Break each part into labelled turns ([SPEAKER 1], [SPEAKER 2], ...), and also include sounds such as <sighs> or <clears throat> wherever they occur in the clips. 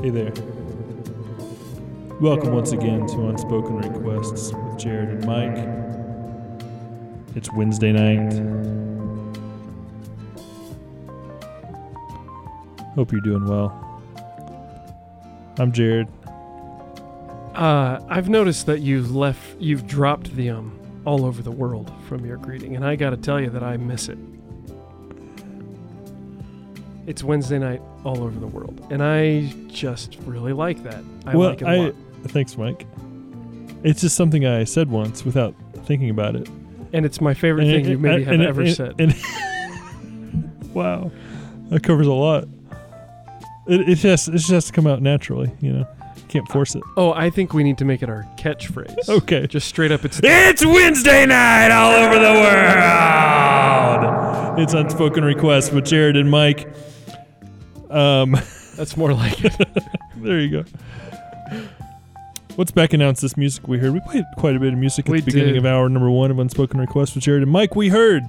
[SPEAKER 1] Hey there. Welcome once again to Unspoken Requests with Jared and Mike. It's Wednesday night. Hope you're doing well. I'm Jared.
[SPEAKER 2] Uh, I've noticed that you've left, you've dropped the um all over the world from your greeting, and I got to tell you that I miss it. It's Wednesday night all over the world, and I just really like that. I
[SPEAKER 1] well,
[SPEAKER 2] like it a
[SPEAKER 1] I
[SPEAKER 2] lot.
[SPEAKER 1] thanks, Mike. It's just something I said once without thinking about it.
[SPEAKER 2] and it's my favorite
[SPEAKER 1] And
[SPEAKER 2] thing
[SPEAKER 1] it-
[SPEAKER 2] you maybe
[SPEAKER 1] <laughs> and-
[SPEAKER 2] have
[SPEAKER 1] and-
[SPEAKER 2] ever
[SPEAKER 1] and-
[SPEAKER 2] said.
[SPEAKER 1] and- wow, that covers a lot. It, it just it just has to come out naturally, you know. Can't force it.
[SPEAKER 2] oh, I think we need to make it our catchphrase.
[SPEAKER 1] Okay.
[SPEAKER 2] just straight
[SPEAKER 1] <laughs>
[SPEAKER 2] up, it's
[SPEAKER 1] It's Wednesday night all over the world. It's unspoken request with Jared and Mike. Um,
[SPEAKER 2] that's more like it.
[SPEAKER 1] there you go. What's back announced this music we heard? We played quite a bit of music at
[SPEAKER 2] We
[SPEAKER 1] the beginning
[SPEAKER 2] did.
[SPEAKER 1] of hour number one of Unspoken Request with Jared and Mike. We heard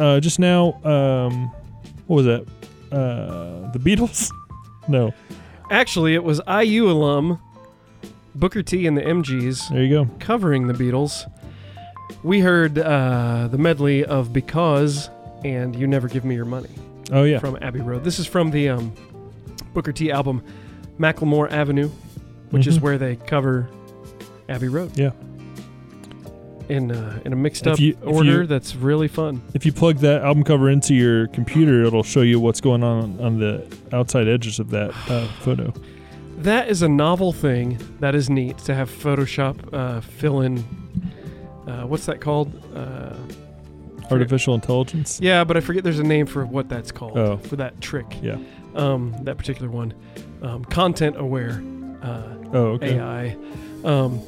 [SPEAKER 1] uh, just now, um, what was that? Uh, the Beatles? <laughs> No.
[SPEAKER 2] Actually, it was IU alum Booker T and the MGs.
[SPEAKER 1] There you go.
[SPEAKER 2] covering the Beatles, we heard uh, the medley of "Because" and "You Never Give Me Your Money"
[SPEAKER 1] Oh, yeah.
[SPEAKER 2] from Abbey Road. This is from the um, Booker T album "Macklemore Avenue," which is
[SPEAKER 1] Mhm.
[SPEAKER 2] where they cover Abbey Road.
[SPEAKER 1] Yeah.
[SPEAKER 2] In uh, in a mixed
[SPEAKER 1] If
[SPEAKER 2] up
[SPEAKER 1] you- if
[SPEAKER 2] order,
[SPEAKER 1] you-
[SPEAKER 2] that's really fun.
[SPEAKER 1] If you plug that album cover into your computer, it'll show you what's going on on the outside edges of that
[SPEAKER 2] <sighs>
[SPEAKER 1] uh, photo.
[SPEAKER 2] That is a novel thing. That is neat to have Photoshop uh, fill in. Uh, what's that called? Uh,
[SPEAKER 1] Artificial intelligence.
[SPEAKER 2] Yeah, but I forget there's a name for what that's called
[SPEAKER 1] Oh.
[SPEAKER 2] for that trick.
[SPEAKER 1] Yeah.
[SPEAKER 2] Um, that particular one, um, content aware uh,
[SPEAKER 1] Oh, okay.
[SPEAKER 2] AI. Um,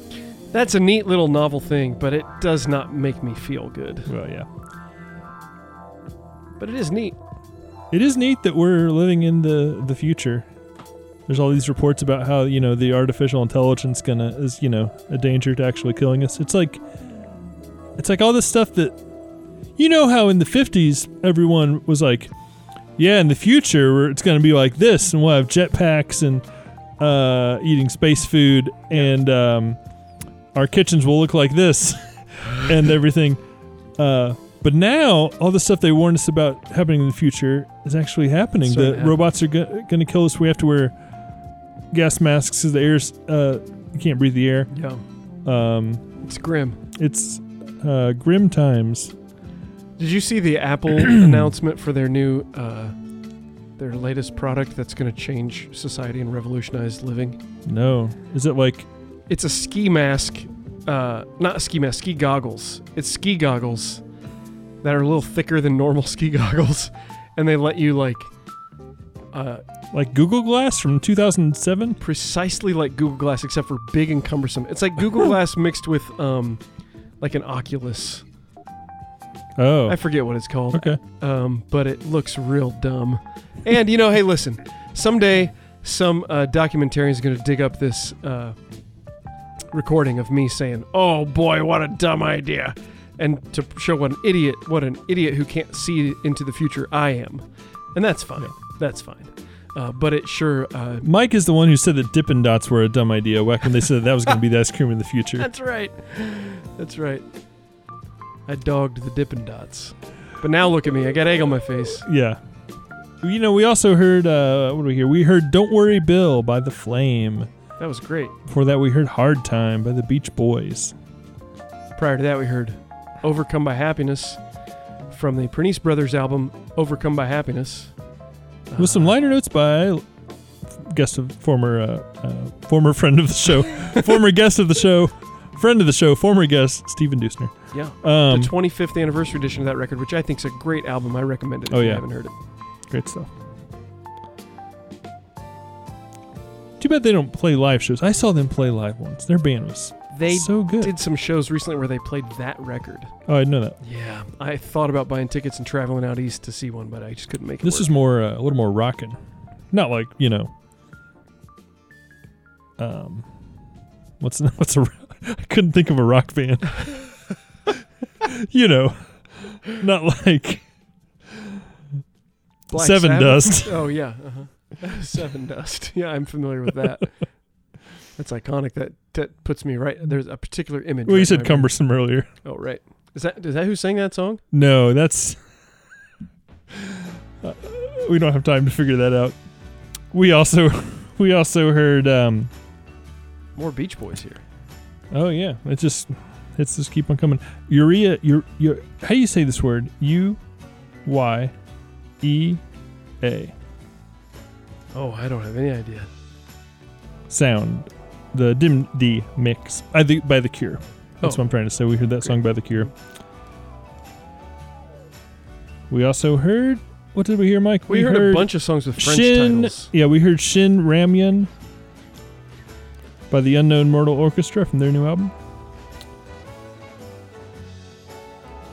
[SPEAKER 2] that's a neat little novel thing, but it does not make me feel good.
[SPEAKER 1] Well, yeah.
[SPEAKER 2] But it is neat.
[SPEAKER 1] It is neat that we're living in the the future. There's all these reports about how you know the artificial intelligence gonna is you know a danger to actually killing us. It's like it's like all this stuff that you know how in the 50s everyone was like, yeah, in the future we're- it's gonna be like this, and we'll have jetpacks and uh, eating space food, and um, our kitchens will look like
[SPEAKER 2] <laughs>
[SPEAKER 1] this, and everything. Uh, but now all the stuff they warned us about happening in the future is actually happening.
[SPEAKER 2] It's
[SPEAKER 1] the
[SPEAKER 2] starting to happen.
[SPEAKER 1] robots are go- going to kill us. We have to wear gas masks because the air's uh, you can't breathe the air.
[SPEAKER 2] Yeah.
[SPEAKER 1] Um,
[SPEAKER 2] It's grim.
[SPEAKER 1] it's uh, grim times.
[SPEAKER 2] Did you
[SPEAKER 1] <clears throat>
[SPEAKER 2] see the Apple announcement for their new, uh, their latest product that's going to change society and revolutionize living?
[SPEAKER 1] No, is it like
[SPEAKER 2] It's a ski mask, uh, not a ski mask, ski goggles. It's ski goggles that are a little thicker than normal <laughs> ski goggles, and they let you like. Uh,
[SPEAKER 1] like Google Glass from 2007?
[SPEAKER 2] precisely like Google Glass, except for big and cumbersome. It's like Google Glass mixed with um, like an Oculus.
[SPEAKER 1] Oh,
[SPEAKER 2] I forget what it's called,
[SPEAKER 1] okay.
[SPEAKER 2] um, but it looks real dumb. And you know, hey, listen, someday some uh, documentarian is going to dig up this uh, recording of me saying, "Oh boy, what a dumb idea." And to show what an idiot, what an idiot who can't see into the future I am, and that's fine. That's fine. Uh, but it sure uh, <laughs>
[SPEAKER 1] Mike is the one who said that Dippin' Dots were a dumb idea back when they said that was going to be the ice cream in the
[SPEAKER 2] <laughs>
[SPEAKER 1] future.
[SPEAKER 2] That's right. That's right. I dogged the Dippin' Dots. But now look at me. I got egg on my face.
[SPEAKER 1] Yeah. You know, we also heard, uh, what do we hear? We heard Don't Worry Bill by The Flame.
[SPEAKER 2] That was great.
[SPEAKER 1] Before that, we heard Hard Time by the Beach Boys.
[SPEAKER 2] Prior to that, we heard Overcome by Happiness from the Pernice Brothers album, Overcome by Happiness. Uh,
[SPEAKER 1] With some liner notes by guest of former, uh, uh, former friend of the show, former guest of the show, friend of the show, former guest, Stephen Deusner.
[SPEAKER 2] Yeah.
[SPEAKER 1] Um,
[SPEAKER 2] the 25th anniversary edition of that record, which I think is a great album. I recommend it if
[SPEAKER 1] Oh,
[SPEAKER 2] you
[SPEAKER 1] yeah.
[SPEAKER 2] haven't heard it.
[SPEAKER 1] Great stuff. Too bad they don't play live shows. I saw them play live once. Their band was
[SPEAKER 2] They
[SPEAKER 1] so good.
[SPEAKER 2] did some shows recently where they played that record.
[SPEAKER 1] oh, I know that.
[SPEAKER 2] Yeah. I thought about buying tickets and traveling out east to see one, but I just couldn't make it.
[SPEAKER 1] This
[SPEAKER 2] work.
[SPEAKER 1] is more uh, a little more rockin'. Not like you know. Um, what's <laughs> what's a ro- I couldn't think of a rock band. <laughs> you know, not like
[SPEAKER 2] Black
[SPEAKER 1] Seven
[SPEAKER 2] Sabbath?
[SPEAKER 1] Dust.
[SPEAKER 2] <laughs> Oh, yeah. Uh-huh. <laughs> Seven Dust. Yeah, I'm familiar with
[SPEAKER 1] <laughs>
[SPEAKER 2] that. That's iconic. That that puts me right. There's a particular image.
[SPEAKER 1] Well,
[SPEAKER 2] right
[SPEAKER 1] you
[SPEAKER 2] in
[SPEAKER 1] said
[SPEAKER 2] my brain.
[SPEAKER 1] cumbersome earlier.
[SPEAKER 2] Oh, right. Is that is that who sang that song?
[SPEAKER 1] No, that's. Uh, we don't have time to figure that out. We also, <laughs> we also heard. Um,
[SPEAKER 2] More Beach Boys here.
[SPEAKER 1] oh yeah, it just, it's just keep on coming. Urea, your, your, how do you say this word? U, Y, E, A.
[SPEAKER 2] Oh, I don't have any idea.
[SPEAKER 1] sound, the dim D mix by the by the Cure. That's
[SPEAKER 2] Oh.
[SPEAKER 1] what I'm trying to say. We heard that song by the Cure. We also heard what did we hear, Mike?
[SPEAKER 2] We, heard, a bunch of songs with French
[SPEAKER 1] Shin.
[SPEAKER 2] titles.
[SPEAKER 1] Yeah, we heard Shin Ramyun by the Unknown Mortal Orchestra from their new album.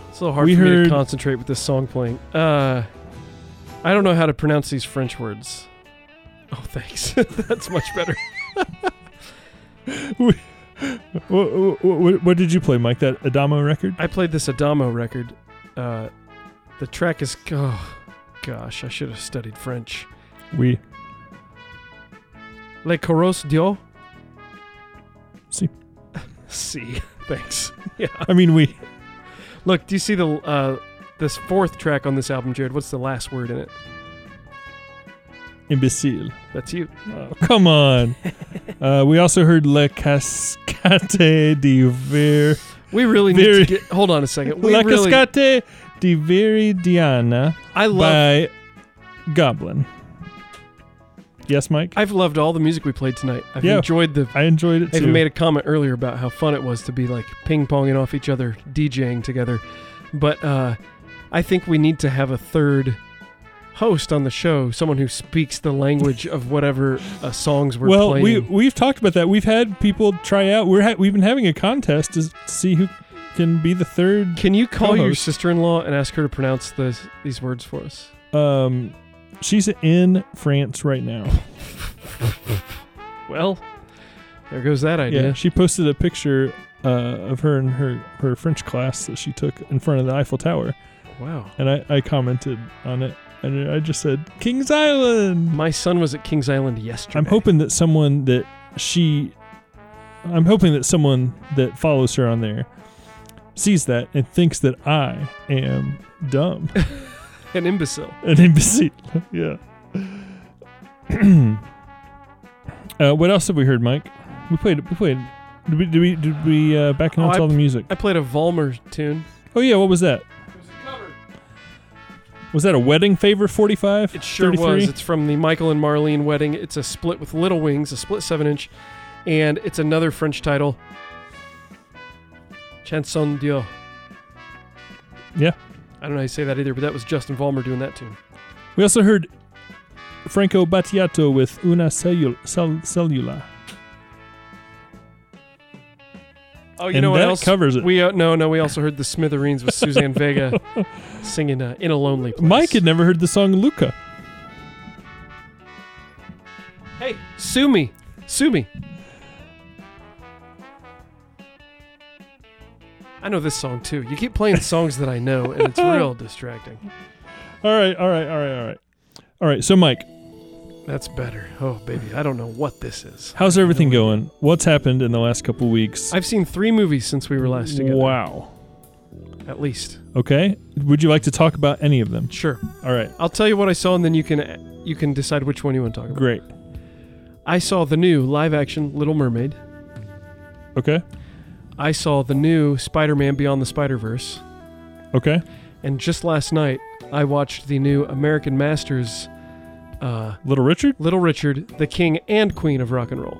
[SPEAKER 2] It's a little hard
[SPEAKER 1] We
[SPEAKER 2] for me
[SPEAKER 1] heard-
[SPEAKER 2] to concentrate with this song playing. Uh, I don't know how to pronounce these French words. Oh, thanks. <laughs> That's much better.
[SPEAKER 1] What, what, what, what did you play, Mike? That Adamo record?
[SPEAKER 2] I played this Adamo record. Uh, the track is. Oh, gosh, I should have studied French.
[SPEAKER 1] We
[SPEAKER 2] Le Coros <laughs> Dio?
[SPEAKER 1] Si.
[SPEAKER 2] Si. <laughs> Thanks. Yeah.
[SPEAKER 1] I mean we
[SPEAKER 2] Look, do you see the uh, this fourth track on this album, Jared? What's the last word in it?
[SPEAKER 1] imbecile.
[SPEAKER 2] That's you.
[SPEAKER 1] Oh, come
[SPEAKER 2] <laughs>
[SPEAKER 1] on. uh, we also heard Le Cascate di Ver.
[SPEAKER 2] We really need
[SPEAKER 1] Very-
[SPEAKER 2] to get. Hold on
[SPEAKER 1] <laughs>
[SPEAKER 2] a second. We
[SPEAKER 1] La
[SPEAKER 2] really.
[SPEAKER 1] Cascate di Viridiana
[SPEAKER 2] I love
[SPEAKER 1] by Goblin. Yes, Mike?
[SPEAKER 2] I've loved all the music we played tonight. I've
[SPEAKER 1] Yeah.
[SPEAKER 2] enjoyed the.
[SPEAKER 1] I enjoyed it
[SPEAKER 2] I
[SPEAKER 1] too.
[SPEAKER 2] even made a comment earlier about how fun it was to be like ping ponging off each other, DJing together. But uh, I think we need to have a third host on the show, someone who speaks the language of whatever uh, songs we're
[SPEAKER 1] well,
[SPEAKER 2] playing.
[SPEAKER 1] we we've talked about that. We've had people try out. We're ha- we've been having a contest to see who can be the third.
[SPEAKER 2] Can you call your
[SPEAKER 1] co-host.
[SPEAKER 2] sister in law and ask her to pronounce this, these words
[SPEAKER 1] <laughs>
[SPEAKER 2] for us?
[SPEAKER 1] Um, she's in France right now.
[SPEAKER 2] Well, there goes that idea.
[SPEAKER 1] Yeah, she posted a picture uh, of her and her her French class that she took in front of the Eiffel Tower.
[SPEAKER 2] Wow.
[SPEAKER 1] and I, I commented on it and I just said Kings Island.
[SPEAKER 2] My son was at Kings Island yesterday.
[SPEAKER 1] I'm hoping that someone that she I'm hoping that someone that follows her on there sees that and thinks that I am dumb <laughs>
[SPEAKER 2] An imbecile.
[SPEAKER 1] and imbecile. <laughs> yeah. <clears throat> uh, what else have we heard, Mike? We played we played did we did we, did we uh, back
[SPEAKER 2] Oh,
[SPEAKER 1] announce
[SPEAKER 2] I-
[SPEAKER 1] all the music?
[SPEAKER 2] I played a Vollmer tune.
[SPEAKER 1] Oh yeah, what was that? Was that a wedding favor 45?
[SPEAKER 2] It sure
[SPEAKER 1] 33?
[SPEAKER 2] was. It's from the Michael and Marlene wedding. It's a split with Little Wings, a split seven inch, and it's another French title. Chanson Dieu.
[SPEAKER 1] Yeah.
[SPEAKER 2] I don't know how you say that either, but that was Justin Vollmer doing that tune.
[SPEAKER 1] We also heard Franco Battiato with Una Cellul- Cell- Cellula.
[SPEAKER 2] Oh, you
[SPEAKER 1] and
[SPEAKER 2] know what
[SPEAKER 1] that
[SPEAKER 2] else?
[SPEAKER 1] covers it.
[SPEAKER 2] we uh, no no. We also heard the Smithereens with Suzanne Vega
[SPEAKER 1] <laughs>
[SPEAKER 2] singing uh, "In a Lonely Place."
[SPEAKER 1] Mike had never heard the song Luca.
[SPEAKER 2] hey, sue me, sue me. I know this song too. You keep playing <laughs> songs that I know, and it's real distracting.
[SPEAKER 1] All right, all right, all right, all right. All right, so Mike,
[SPEAKER 2] That's better. Oh, baby, I don't know what this is.
[SPEAKER 1] how's everything going? What's happened in the last couple weeks?
[SPEAKER 2] I've seen three movies since we were last together.
[SPEAKER 1] Wow.
[SPEAKER 2] At least.
[SPEAKER 1] Okay. Would you like to talk about any of them?
[SPEAKER 2] Sure.
[SPEAKER 1] All right.
[SPEAKER 2] I'll tell you what I saw, and then you can you can decide which one you want to talk about.
[SPEAKER 1] Great.
[SPEAKER 2] I saw the new live-action Little Mermaid.
[SPEAKER 1] Okay.
[SPEAKER 2] I saw the new Spider-Man Beyond the Spider-Verse,
[SPEAKER 1] Okay.
[SPEAKER 2] and just last night I watched the new American Masters, uh,
[SPEAKER 1] Little Richard?
[SPEAKER 2] Little Richard, the King and Queen of Rock and Roll.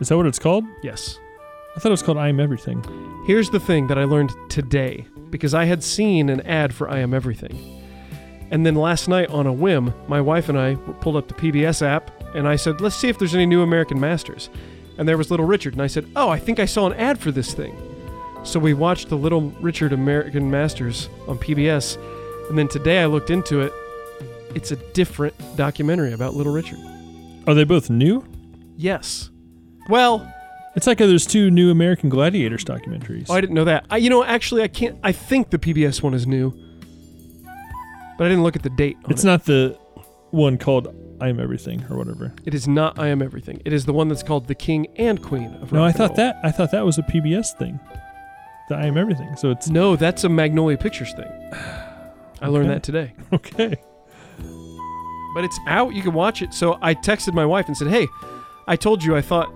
[SPEAKER 1] Is that what it's called?
[SPEAKER 2] Yes.
[SPEAKER 1] I thought it was called I Am Everything.
[SPEAKER 2] Here's the thing that I learned today because I had seen an ad for I Am Everything. And then last night on a whim, my wife and I pulled up the PBS app and I said, let's see if there's any new American Masters. And there was Little Richard. And I said, oh, I think I saw an ad for this thing. So we watched the Little Richard American Masters on PBS. And then today I looked into it. It's a different documentary about Little Richard.
[SPEAKER 1] Are they both new?
[SPEAKER 2] Yes. Well,
[SPEAKER 1] It's like uh, there's two new American Gladiators documentaries.
[SPEAKER 2] Oh, I didn't know that. I, you know, actually, I can't. I think the PBS one is new, but I didn't look at the date. On
[SPEAKER 1] it's not the one called I am everything or whatever.
[SPEAKER 2] It is not I Am Everything. It is the one that's called The King and Queen of Rock.
[SPEAKER 1] No, I
[SPEAKER 2] and
[SPEAKER 1] thought
[SPEAKER 2] Roll.
[SPEAKER 1] that I thought that was a PBS thing. The I am everything. So it's <laughs>
[SPEAKER 2] No, that's a Magnolia Pictures
[SPEAKER 1] <sighs>
[SPEAKER 2] thing. I learned
[SPEAKER 1] Okay.
[SPEAKER 2] that today.
[SPEAKER 1] okay.
[SPEAKER 2] But it's out. You can watch it. So I texted my wife and said, "Hey, I told you I thought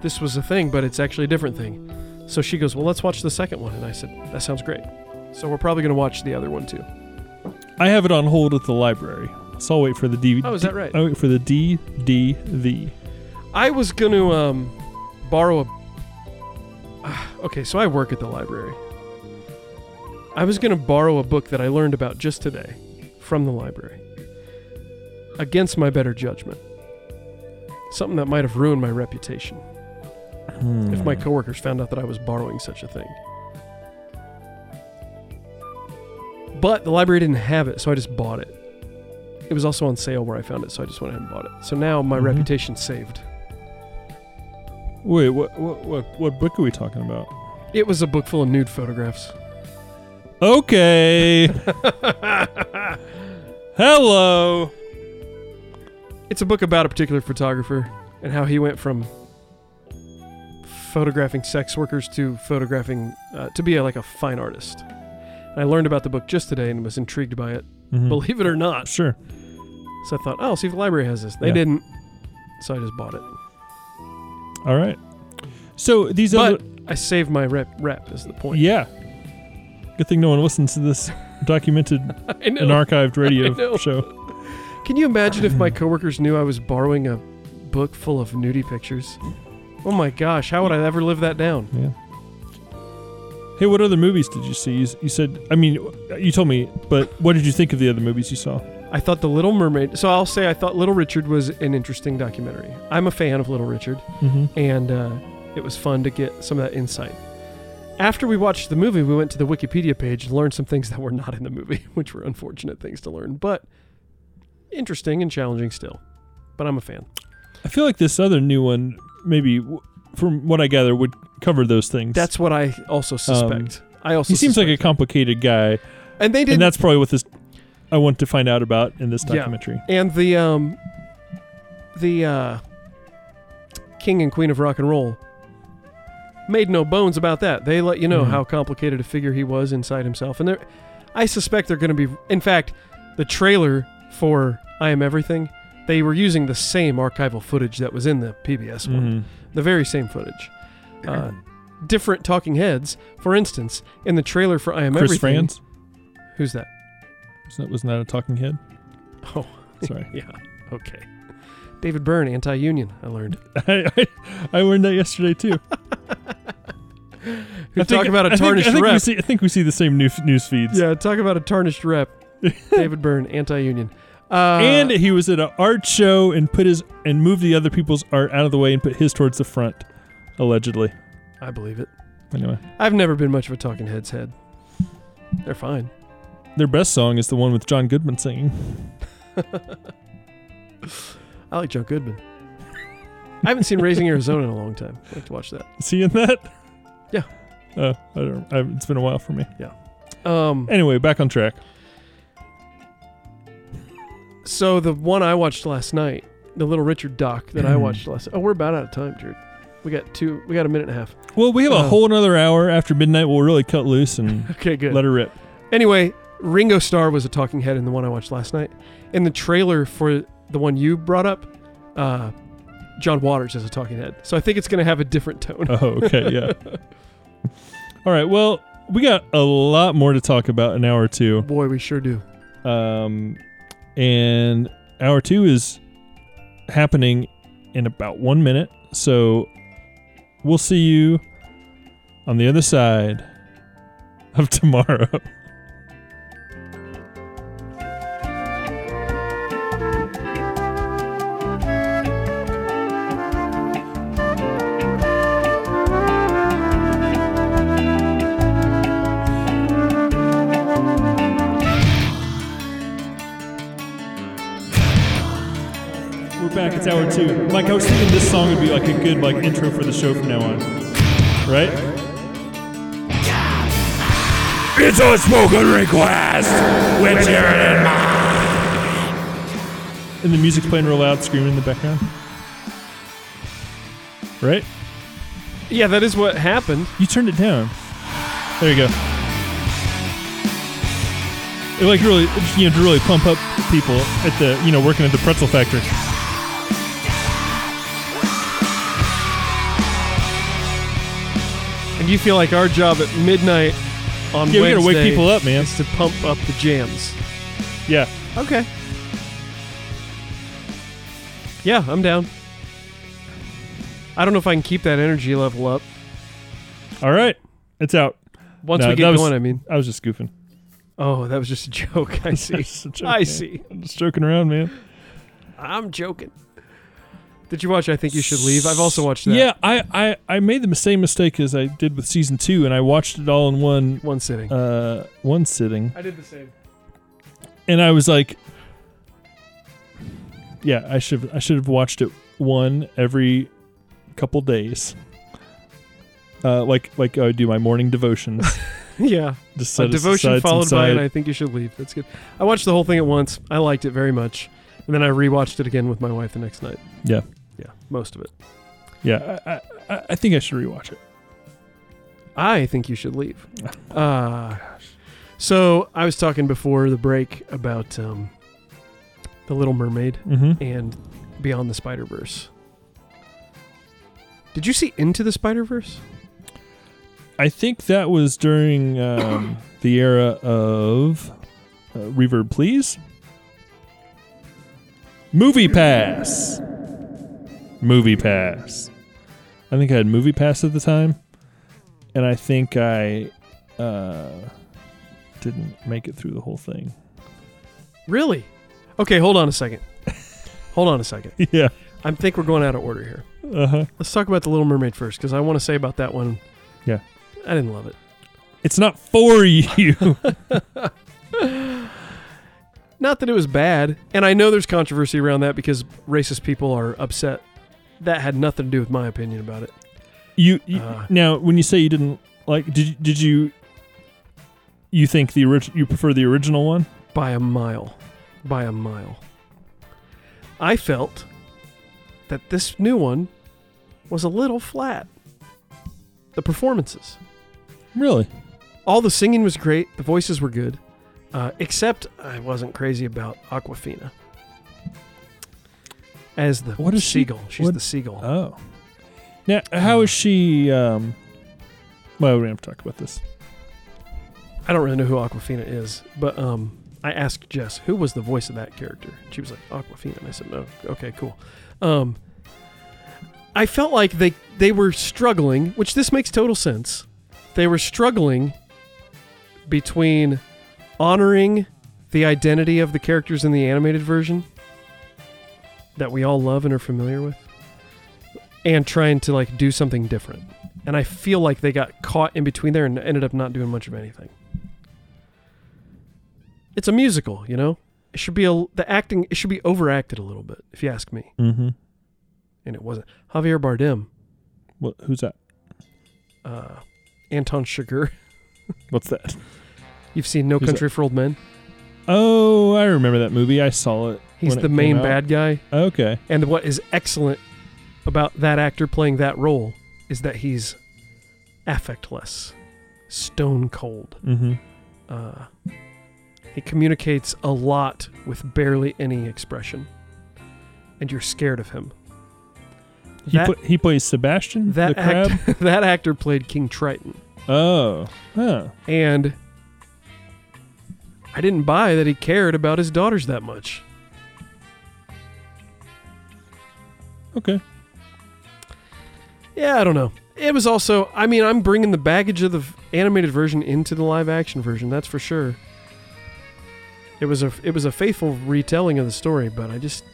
[SPEAKER 2] this was a thing, but it's actually a different thing." So she goes, "Well, let's watch the second one." And I said, "That sounds great." So we're probably going to watch the other one too.
[SPEAKER 1] I have it on hold at the library. So I'll wait for the DVD.
[SPEAKER 2] Oh, is that right?
[SPEAKER 1] I wait for the DDV.
[SPEAKER 2] I was going to um, borrow a. Ah, <sighs> okay, so I work at the library. I was going to borrow a book that I learned about just today from the library. Against my better judgment. Something that might have ruined my reputation if
[SPEAKER 1] Hmm.
[SPEAKER 2] my coworkers found out that I was borrowing such a thing. But the library didn't have it, so I just bought it. It was also on sale where I found it, so I just went ahead and bought it. So now my
[SPEAKER 1] Mhm.
[SPEAKER 2] reputation's saved.
[SPEAKER 1] Wait, what, what what what book are we talking about?
[SPEAKER 2] It was a book full of
[SPEAKER 1] <laughs>
[SPEAKER 2] nude photographs. <laughs>
[SPEAKER 1] Okay. Hello.
[SPEAKER 2] It's a book about a particular photographer and how he went from photographing sex workers to photographing uh, to be a, like a fine artist. And I learned about the book just today and was intrigued by it.
[SPEAKER 1] Mhm.
[SPEAKER 2] Believe it or not.
[SPEAKER 1] Sure.
[SPEAKER 2] So I thought, oh, I'll see if the library has this. They
[SPEAKER 1] Yeah.
[SPEAKER 2] didn't, so I just bought it.
[SPEAKER 1] All right. So these
[SPEAKER 2] But
[SPEAKER 1] other
[SPEAKER 2] I saved my rep. Rep is the point.
[SPEAKER 1] yeah. Good thing no one listens to this documented
[SPEAKER 2] <laughs> I know.
[SPEAKER 1] and archived
[SPEAKER 2] <laughs>
[SPEAKER 1] radio
[SPEAKER 2] know.
[SPEAKER 1] show.
[SPEAKER 2] Can you imagine if my coworkers knew I was borrowing a book full of nudie pictures? Oh my gosh, how would I ever live that down?
[SPEAKER 1] Yeah. Hey, what other movies did you see? You, s- you said I mean you told me, but what did you think of the other movies you saw?
[SPEAKER 2] I thought The Little Mermaid. So I'll say I thought Little Richard was an interesting documentary. I'm a fan of Little Richard,
[SPEAKER 1] Mm-hmm.
[SPEAKER 2] and uh, it was fun to get some of that insight. After we watched the movie, we went to the Wikipedia page and learned some things that were not in the movie, <laughs> which were unfortunate things to learn, but interesting and challenging still. But I'm a fan.
[SPEAKER 1] I feel like this other new one maybe w- from what I gather would cover those things.
[SPEAKER 2] That's what I also suspect. I also
[SPEAKER 1] Um, he seems like a complicated guy.
[SPEAKER 2] a and they did
[SPEAKER 1] and that's probably what this I want to find out about in this
[SPEAKER 2] Yeah.
[SPEAKER 1] documentary.
[SPEAKER 2] and the um the uh king and queen of rock and roll made no bones about that they let you know
[SPEAKER 1] Mhm.
[SPEAKER 2] how complicated a figure he was inside himself and they're i suspect they're going to be in fact the trailer for i am everything they were using the same archival footage that was in the pbs one the very same footage uh, different talking heads for instance in the trailer for i am
[SPEAKER 1] Chris
[SPEAKER 2] everything
[SPEAKER 1] Franz
[SPEAKER 2] who's that
[SPEAKER 1] was that, was that a talking head?
[SPEAKER 2] oh <laughs>
[SPEAKER 1] Sorry, <laughs>
[SPEAKER 2] yeah okay david byrne anti-union i learned
[SPEAKER 1] I, I I learned that yesterday too.
[SPEAKER 2] Who
[SPEAKER 1] I
[SPEAKER 2] talk about
[SPEAKER 1] I
[SPEAKER 2] a tarnished
[SPEAKER 1] I think, We
[SPEAKER 2] rep.
[SPEAKER 1] see, I think we see the same news, news feeds.
[SPEAKER 2] Yeah, talk about a tarnished <laughs> rep. David Byrne, anti-union. Uh,
[SPEAKER 1] and he was at an art show and put his and moved the other people's art out of the way and put his towards the front, allegedly.
[SPEAKER 2] I believe it.
[SPEAKER 1] Anyway,
[SPEAKER 2] I've never been much of a talking heads head. They're fine. <laughs>
[SPEAKER 1] their best song is the one with John Goodman singing. <laughs>
[SPEAKER 2] I like Joe Goodman. I haven't seen Raising Arizona in a long time. I'd like to watch that.
[SPEAKER 1] Is he in that?
[SPEAKER 2] Yeah.
[SPEAKER 1] Uh, I don't. I, it's been a while for me.
[SPEAKER 2] Um,
[SPEAKER 1] Anyway, back on track.
[SPEAKER 2] so the one I watched last night, the Little Richard doc that I watched last. Oh, we're about out of time, Jared. We got two. We got a minute and a half.
[SPEAKER 1] Well, we have a
[SPEAKER 2] Uh,
[SPEAKER 1] whole another hour after midnight. We'll really cut loose and
[SPEAKER 2] <laughs> Okay, good.
[SPEAKER 1] Let her rip.
[SPEAKER 2] Anyway, Ringo Starr was a talking head in the one I watched last night. In the trailer for the one you brought up, uh, John Waters is a talking head. So I think it's going to have a different tone.
[SPEAKER 1] Oh, okay,
[SPEAKER 2] <laughs>
[SPEAKER 1] yeah. All right, well, we got a lot more to talk about in hour two.
[SPEAKER 2] Boy, we sure do.
[SPEAKER 1] Um, and hour two is happening in about one minute. So we'll see you on the other side of <laughs> tomorrow. We're back. It's hour two. Mike, I was thinking this song would be like a good like intro for the show from now on, right?
[SPEAKER 3] It's a smoking request with Jared and Mike.
[SPEAKER 1] And the music's playing real loud, screaming in the background. Right?
[SPEAKER 2] Yeah, that is what happened.
[SPEAKER 1] You turned it down. There you go. It like really, you know, to really pump up people at the, you know, working at the pretzel factory.
[SPEAKER 2] And you feel like our job at midnight on
[SPEAKER 1] Yeah, we
[SPEAKER 2] Wednesday
[SPEAKER 1] gotta wake people up, man.
[SPEAKER 2] is to pump up the jams.
[SPEAKER 1] Yeah.
[SPEAKER 2] Okay. Yeah, I'm down. I don't know if I can keep that energy level up
[SPEAKER 1] All right. It's out.
[SPEAKER 2] once
[SPEAKER 1] No,
[SPEAKER 2] we
[SPEAKER 1] that
[SPEAKER 2] get
[SPEAKER 1] was-
[SPEAKER 2] going. I mean,
[SPEAKER 1] I was just goofing.
[SPEAKER 2] oh, that was just a <laughs> joke.
[SPEAKER 1] <laughs>
[SPEAKER 2] I <laughs> see.
[SPEAKER 1] It's a joke,
[SPEAKER 2] I
[SPEAKER 1] man.
[SPEAKER 2] see.
[SPEAKER 1] I'm just joking around, man.
[SPEAKER 2] I'm joking. Did you watch? I think you should leave. I've also watched that.
[SPEAKER 1] Yeah, I, I, I made the same mistake as I did with season two, and I watched it all in one
[SPEAKER 2] one sitting.
[SPEAKER 1] uh one sitting,
[SPEAKER 2] I did the same.
[SPEAKER 1] and I was like, yeah, I should I should have watched it one every couple days. Uh, like like I do my morning
[SPEAKER 2] <laughs>
[SPEAKER 1] devotions.
[SPEAKER 2] <laughs> Yeah,
[SPEAKER 1] Just
[SPEAKER 2] a
[SPEAKER 1] set us
[SPEAKER 2] devotion
[SPEAKER 1] aside some
[SPEAKER 2] followed by,
[SPEAKER 1] side-
[SPEAKER 2] and I think you should leave. That's good. I watched the whole thing at once. I liked it very much, and then I rewatched it again with my wife the next night.
[SPEAKER 1] Yeah.
[SPEAKER 2] yeah, most of it.
[SPEAKER 1] yeah, I, I, I think I should rewatch it.
[SPEAKER 2] I think you
[SPEAKER 1] <laughs>
[SPEAKER 2] should leave. Uh, so I was talking before the break about um, the Little Mermaid
[SPEAKER 1] Mm-hmm.
[SPEAKER 2] and Beyond the Spider Verse. Did you see Into the Spider Verse?
[SPEAKER 1] I think that was during um, the era of uh, Reverb, please. Movie Pass. Movie Pass. I think I had Movie Pass at the time, and I think I uh, didn't make it through the whole thing. <laughs>
[SPEAKER 2] Really? Okay, hold on a second. hold on a second.
[SPEAKER 1] yeah.
[SPEAKER 2] I think we're going out of order here.
[SPEAKER 1] Uh huh.
[SPEAKER 2] Let's talk about the Little Mermaid first, because I want to say about that one.
[SPEAKER 1] Yeah.
[SPEAKER 2] I didn't love it.
[SPEAKER 1] It's not for you.
[SPEAKER 2] Not that it was bad, and I know there's controversy around that because racist people are upset. That had nothing to do with my opinion about it.
[SPEAKER 1] You, you-
[SPEAKER 2] Uh.
[SPEAKER 1] now when you say you didn't like, did you- did you? You think the original? You prefer the original one?
[SPEAKER 2] by a mile. By a mile. I felt that this new one was a little flat. The performances.
[SPEAKER 1] Really?
[SPEAKER 2] All the singing was great, the voices were good, uh, except I wasn't crazy about Aquafina. As the
[SPEAKER 1] What is she-
[SPEAKER 2] seagull. She's
[SPEAKER 1] what-
[SPEAKER 2] the seagull.
[SPEAKER 1] Oh. Now, how is she? Um, well, we don't have to talk about this.
[SPEAKER 2] I don't really know who Aquafina is, but um, I asked Jess who was the voice of that character. She was like Aquafina, and I said no. Okay, cool. Um, I felt like they they were struggling, which this makes total sense. They were struggling between honoring the identity of the characters in the animated version that we all love and are familiar with, and trying to like do something different. And I feel like they got caught in between there and ended up not doing much of anything it's a musical, you know. It should be a the acting. It should be overacted a little bit, if you ask me.
[SPEAKER 1] Mm-hmm.
[SPEAKER 2] And it wasn't. Javier Bardem,
[SPEAKER 1] What, who's that?
[SPEAKER 2] uh, Anton Chigurh. <laughs>
[SPEAKER 1] What's that?
[SPEAKER 2] You've seen No
[SPEAKER 1] Who's
[SPEAKER 2] Country for Old Men.
[SPEAKER 1] Oh, I remember that movie. I saw it.
[SPEAKER 2] He's
[SPEAKER 1] when it
[SPEAKER 2] the
[SPEAKER 1] came
[SPEAKER 2] main
[SPEAKER 1] out.
[SPEAKER 2] bad guy.
[SPEAKER 1] Okay.
[SPEAKER 2] And what is excellent about that actor playing that role is that he's affectless, stone cold.
[SPEAKER 1] Mm-hmm.
[SPEAKER 2] Uh, he communicates a lot with barely any expression, and you're scared of him.
[SPEAKER 1] He
[SPEAKER 2] That-
[SPEAKER 1] put, he plays Sebastian
[SPEAKER 2] That
[SPEAKER 1] the crab.
[SPEAKER 2] act, <laughs> that actor played King Triton.
[SPEAKER 1] Oh. Huh.
[SPEAKER 2] and I didn't buy that he cared about his daughters that much.
[SPEAKER 1] Okay.
[SPEAKER 2] Yeah, I don't know. It was also, I mean, I'm bringing the baggage of the f- animated version into the live action version, that's for sure. It was a it was a faithful retelling of the story, but I just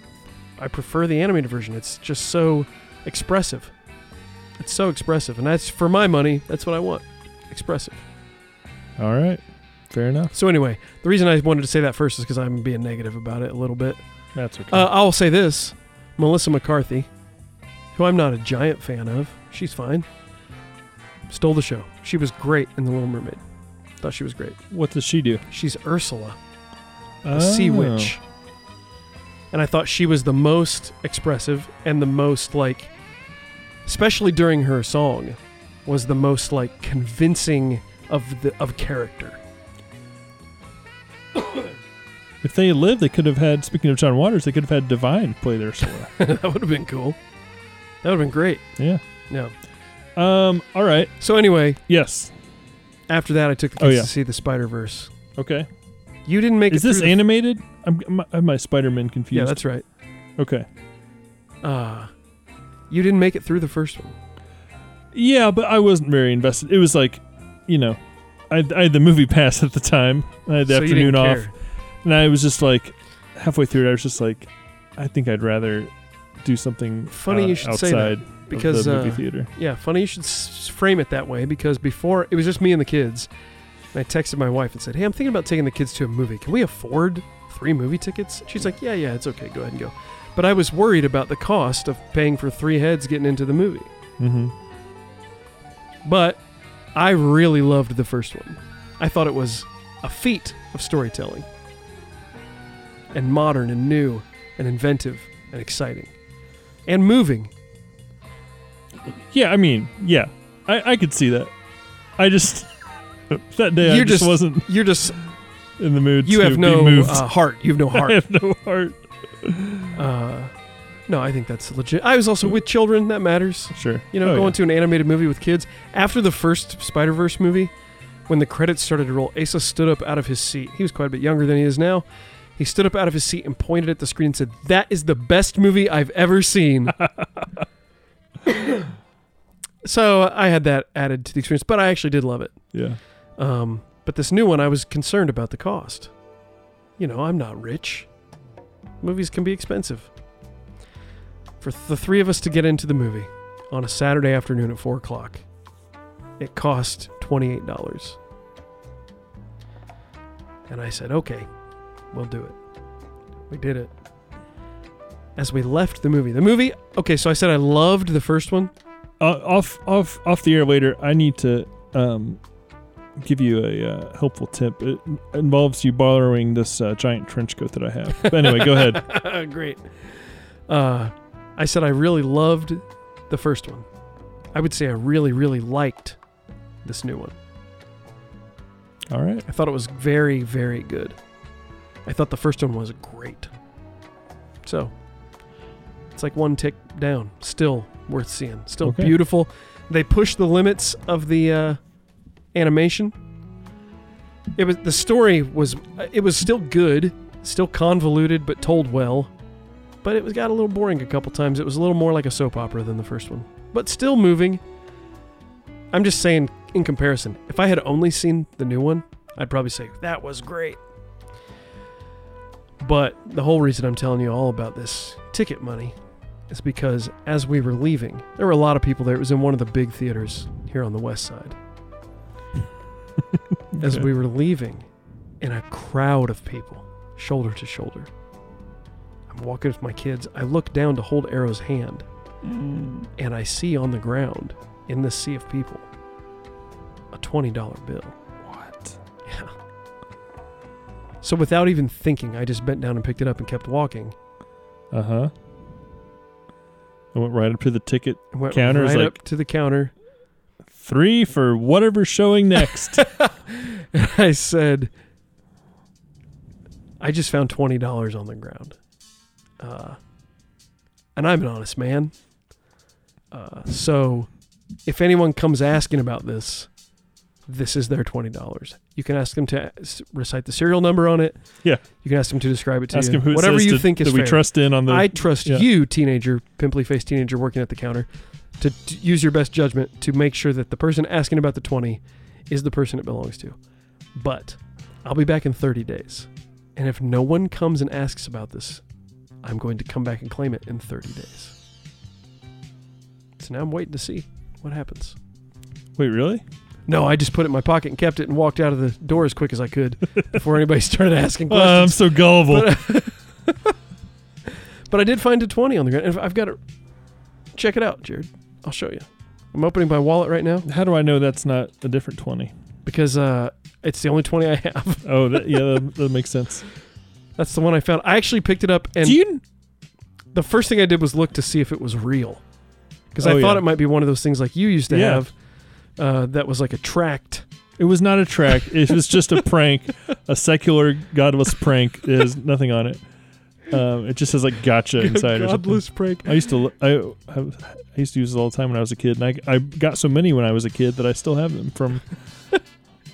[SPEAKER 2] I prefer the animated version. It's just so expressive. It's so expressive, and that's for my money, that's what I want. Expressive.
[SPEAKER 1] All right. Fair enough.
[SPEAKER 2] So anyway, the reason I wanted to say that first is because I'm being negative about it a little bit.
[SPEAKER 1] That's okay.
[SPEAKER 2] Uh, I'll say this Melissa McCarthy, who I'm not a giant fan of, she's fine, stole the show. She was great in The Little Mermaid. Thought she was great.
[SPEAKER 1] what does she do?
[SPEAKER 2] She's Ursula, the sea
[SPEAKER 1] Oh.
[SPEAKER 2] witch. and I thought she was the most expressive and the most like, especially during her song, was the most like convincing of the of character. <laughs>
[SPEAKER 1] If they had lived, they could have had. Speaking of John Waters, they could have had Divine play their
[SPEAKER 2] <laughs>
[SPEAKER 1] solo.
[SPEAKER 2] that would have been cool. That would have been great.
[SPEAKER 1] yeah.
[SPEAKER 2] No.
[SPEAKER 1] Um. All right.
[SPEAKER 2] So anyway,
[SPEAKER 1] Yes.
[SPEAKER 2] after that, I took the kids
[SPEAKER 1] Oh, yeah.
[SPEAKER 2] to see the Spider Verse.
[SPEAKER 1] Okay.
[SPEAKER 2] You didn't make
[SPEAKER 1] Is
[SPEAKER 2] it.
[SPEAKER 1] this
[SPEAKER 2] through the-
[SPEAKER 1] animated? I'm, I'm, I'm my Spider-Man confused.
[SPEAKER 2] Yeah, that's right.
[SPEAKER 1] okay.
[SPEAKER 2] Uh, you didn't make it through the first one.
[SPEAKER 1] Yeah, but I wasn't very invested. It was like, you know, I, I had the movie <laughs> pass at the time. I had the
[SPEAKER 2] So you
[SPEAKER 1] afternoon
[SPEAKER 2] didn't
[SPEAKER 1] off,
[SPEAKER 2] care.
[SPEAKER 1] and I was just like, halfway through, it, I was just like, I think I'd rather do something
[SPEAKER 2] Funny
[SPEAKER 1] uh,
[SPEAKER 2] you should say that,
[SPEAKER 1] outside of
[SPEAKER 2] because
[SPEAKER 1] the
[SPEAKER 2] uh,
[SPEAKER 1] movie theater.
[SPEAKER 2] yeah, funny you should s- frame it that way because before it was just me and the kids. And I texted my wife and said, "Hey, I'm thinking about taking the kids to a movie. Can we afford three movie tickets?" She's like, "Yeah, yeah, it's okay. Go ahead and go." But I was worried about the cost of paying for three heads getting into the movie.
[SPEAKER 1] Mm-hmm.
[SPEAKER 2] But I really loved the first one. I thought it was a feat of storytelling. And modern and new and inventive and exciting. And moving.
[SPEAKER 1] Yeah, I mean, yeah, I, I could see that. I just <laughs> that day I
[SPEAKER 2] You're
[SPEAKER 1] just,
[SPEAKER 2] just-
[SPEAKER 1] wasn't
[SPEAKER 2] You're just
[SPEAKER 1] in the mood.
[SPEAKER 2] you
[SPEAKER 1] to
[SPEAKER 2] have
[SPEAKER 1] be
[SPEAKER 2] no
[SPEAKER 1] moved.
[SPEAKER 2] uh, heart. You have
[SPEAKER 1] <laughs>
[SPEAKER 2] no
[SPEAKER 1] I
[SPEAKER 2] heart.
[SPEAKER 1] have no heart.
[SPEAKER 2] Uh, no, I think that's legit. I was also with children. That matters.
[SPEAKER 1] Sure,
[SPEAKER 2] You know,
[SPEAKER 1] Oh,
[SPEAKER 2] going
[SPEAKER 1] yeah.
[SPEAKER 2] to an animated movie with kids. After the first Spider Verse movie, when the credits started to roll, Asa stood up out of his seat. He was quite a bit younger than he is now. He stood up out of his seat and pointed at the screen and said, That is the best movie I've
[SPEAKER 1] <laughs>
[SPEAKER 2] ever seen. so I had that added to the experience, but I actually did love it.
[SPEAKER 1] yeah,
[SPEAKER 2] Um, but this new one, I was concerned about the cost. You know, I'm not rich. Movies can be expensive. For the three of us to get into the movie on a Saturday afternoon at 4 o'clock, it cost $28. And I said, okay, we'll do it. We did it. As we left the movie, the movie, okay, so I said I loved the first one.
[SPEAKER 1] uh, off off off the air later. I need to um give you a uh, helpful tip. It involves you borrowing this uh, giant trench coat that I have. But anyway, go
[SPEAKER 2] <laughs>
[SPEAKER 1] ahead.
[SPEAKER 2] Great. Uh, I said I really loved the first one. I would say I really, really liked this new one.
[SPEAKER 1] All right,
[SPEAKER 2] I thought it was very, very good. I thought the first one was great. So it's like one tick down. Still worth seeing. Still
[SPEAKER 1] Okay.
[SPEAKER 2] beautiful. They pushed the limits of the uh, animation. It was the story was it was still good, still convoluted, but told well. But it was got a little boring a couple times. It was a little more like a soap opera than the first one, but still moving. I'm just saying, in comparison, if I had only seen the new one, I'd probably say that was great. But the whole reason I'm telling you all about this ticket money is because as we were leaving, there were a lot of people there. It was in one of the big theaters here on the west side. As
[SPEAKER 1] Okay.
[SPEAKER 2] we were leaving, in a crowd of people, shoulder to shoulder, I'm walking with my kids. I look down to hold Arrow's hand
[SPEAKER 1] Mm.
[SPEAKER 2] and I see on the ground in this sea of people a $20 bill.
[SPEAKER 1] what?
[SPEAKER 2] Yeah. So without even thinking, I just bent down and picked it up and kept walking.
[SPEAKER 1] Uh huh. I went right up to the ticket.
[SPEAKER 2] And went
[SPEAKER 1] Counter is
[SPEAKER 2] right
[SPEAKER 1] like-
[SPEAKER 2] up to the counter. <laughs>
[SPEAKER 1] Three for whatever's showing next.
[SPEAKER 2] And I said, I just found $20 on the ground. Uh, and I'm an honest man. Uh, so if anyone comes asking about this, this is their $20. You can ask them to s- recite the serial number on it.
[SPEAKER 1] Yeah.
[SPEAKER 2] You can ask them to describe it to
[SPEAKER 1] Ask
[SPEAKER 2] you.
[SPEAKER 1] him who it
[SPEAKER 2] Whatever
[SPEAKER 1] says
[SPEAKER 2] you
[SPEAKER 1] to-
[SPEAKER 2] think is
[SPEAKER 1] that we
[SPEAKER 2] fair.
[SPEAKER 1] trust in on the.
[SPEAKER 2] I trust
[SPEAKER 1] yeah.
[SPEAKER 2] you, teenager, pimply faced teenager working at the counter, to, to use your best judgment to make sure that the person asking about the 20 is the person it belongs to. But I'll be back in 30 days. And if no one comes and asks about this, I'm going to come back and claim it in 30 days. So now I'm waiting to see what happens.
[SPEAKER 1] Wait,
[SPEAKER 2] <laughs>
[SPEAKER 1] really?
[SPEAKER 2] No, I just put it in my pocket and kept it and walked out of the door as quick as I could
[SPEAKER 1] <laughs>
[SPEAKER 2] before anybody <laughs> started asking
[SPEAKER 1] Oh, I'm
[SPEAKER 2] questions.
[SPEAKER 1] so gullible.
[SPEAKER 2] But I did find a 20 on the ground. And I've got it. Check it out, Jared. I'll show you. I'm opening my wallet right now
[SPEAKER 1] <laughs> How do I know that's not a different 20?
[SPEAKER 2] because uh, it's the only 20 I have. <laughs>
[SPEAKER 1] Oh, that, yeah, that, that makes sense.
[SPEAKER 2] That's the one I found. I actually picked it up, and
[SPEAKER 1] Do you?
[SPEAKER 2] the first thing I did was look to see if it was real, because
[SPEAKER 1] Oh,
[SPEAKER 2] I thought
[SPEAKER 1] yeah.
[SPEAKER 2] it might be one of those things like you used to
[SPEAKER 1] Yeah.
[SPEAKER 2] have, uh, that was like a tract.
[SPEAKER 1] It was not a track. It
[SPEAKER 2] <laughs>
[SPEAKER 1] was just a prank, a secular godless prank. There's nothing on it. Um, it just says like
[SPEAKER 2] <laughs>
[SPEAKER 1] "gotcha" inside or something.
[SPEAKER 2] Godless prank.
[SPEAKER 1] I used to l- I have I used to use this all the time when I was a kid, and I, I got so many when I was a kid that I still have them
[SPEAKER 2] <laughs>
[SPEAKER 1] from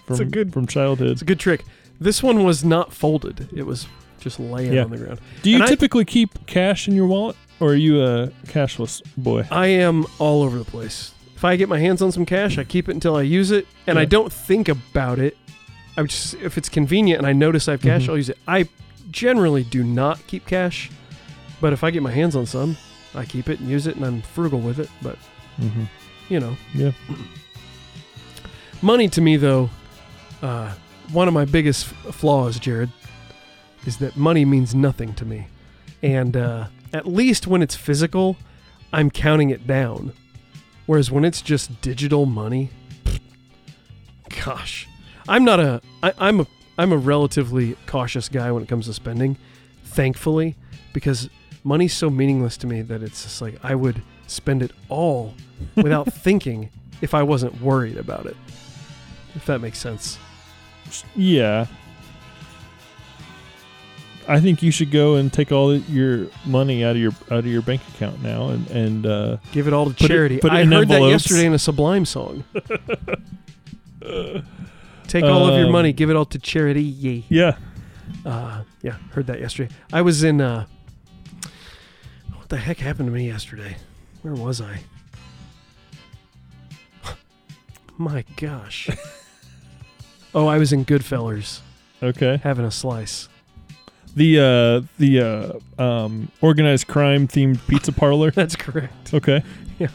[SPEAKER 1] from
[SPEAKER 2] a good-
[SPEAKER 1] from
[SPEAKER 2] It's
[SPEAKER 1] childhood.
[SPEAKER 2] a good trick. This one was not folded. It was just laying
[SPEAKER 1] Yeah.
[SPEAKER 2] on the ground.
[SPEAKER 1] Do you
[SPEAKER 2] and I-
[SPEAKER 1] typically keep cash in your wallet, or are you a cashless boy?
[SPEAKER 2] I am all over the place. If I get my hands on some cash, I keep it until I use it, and I
[SPEAKER 1] Yeah.
[SPEAKER 2] don't think about it. I would just if it's convenient and I notice I have cash,
[SPEAKER 1] Mhm.
[SPEAKER 2] I'll use it. I generally do not keep cash, but if I get my hands on some, I keep it and use it, and I'm frugal with it. But
[SPEAKER 1] Mm-hmm.
[SPEAKER 2] you know,
[SPEAKER 1] Yeah.
[SPEAKER 2] Money to me, though, uh, one of my biggest f- flaws, Jared, is that money means nothing to me. And uh, at least when it's physical, I'm counting it down. Whereas when it's just digital money, gosh, I'm not a I, I'm a I'm a relatively cautious guy when it comes to spending, thankfully, because money's so meaningless to me that it's just like I would spend it all without thinking if I wasn't worried about it. If that makes sense.
[SPEAKER 1] <laughs> Yeah. I think you should go and take all your money out of your out of your bank account now, and and uh,
[SPEAKER 2] Give it all to
[SPEAKER 1] Put it-
[SPEAKER 2] charity.
[SPEAKER 1] put it
[SPEAKER 2] I
[SPEAKER 1] in
[SPEAKER 2] heard that
[SPEAKER 1] envelopes.
[SPEAKER 2] yesterday in a Sublime song. Take all of your
[SPEAKER 1] Um,
[SPEAKER 2] money, give it all to charity. Yay.
[SPEAKER 1] <laughs> yeah,
[SPEAKER 2] Uh, yeah, heard that yesterday. I was in. Uh, what the heck happened to me yesterday? Where was I? <laughs> My gosh.
[SPEAKER 1] <laughs>
[SPEAKER 2] oh, I was in Goodfellas
[SPEAKER 1] okay.
[SPEAKER 2] having a slice.
[SPEAKER 1] The uh, the uh, um, organized crime themed pizza parlor.
[SPEAKER 2] That's correct. <laughs>
[SPEAKER 1] Okay,
[SPEAKER 2] Yeah.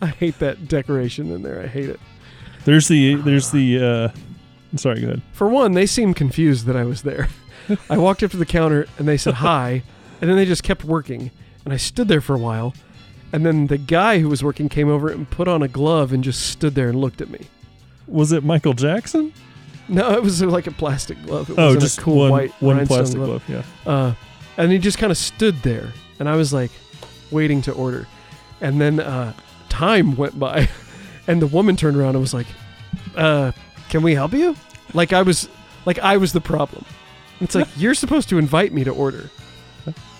[SPEAKER 2] I hate that decoration in there. I hate it.
[SPEAKER 1] there's the there's the. Uh, sorry, go ahead.
[SPEAKER 2] For one, they seemed confused that I was there. <laughs> I walked up to the counter and they said hi, and then they just kept working. And I stood there for a while, and then the guy who was working came over and put on a glove and just stood there and looked at me.
[SPEAKER 1] Was it Michael Jackson?
[SPEAKER 2] No, it was like a plastic glove. It
[SPEAKER 1] Oh,
[SPEAKER 2] wasn't
[SPEAKER 1] just
[SPEAKER 2] a cool
[SPEAKER 1] one
[SPEAKER 2] white
[SPEAKER 1] one
[SPEAKER 2] rhinestone
[SPEAKER 1] plastic
[SPEAKER 2] glove.
[SPEAKER 1] glove. Yeah.
[SPEAKER 2] Uh, and he just kind of stood there, and I was like, waiting to order. And then uh, time went by, <laughs> and the woman turned around and was like, uh, "Can we help you?" Like I was, like I was the problem. It's like you're supposed to invite me to order.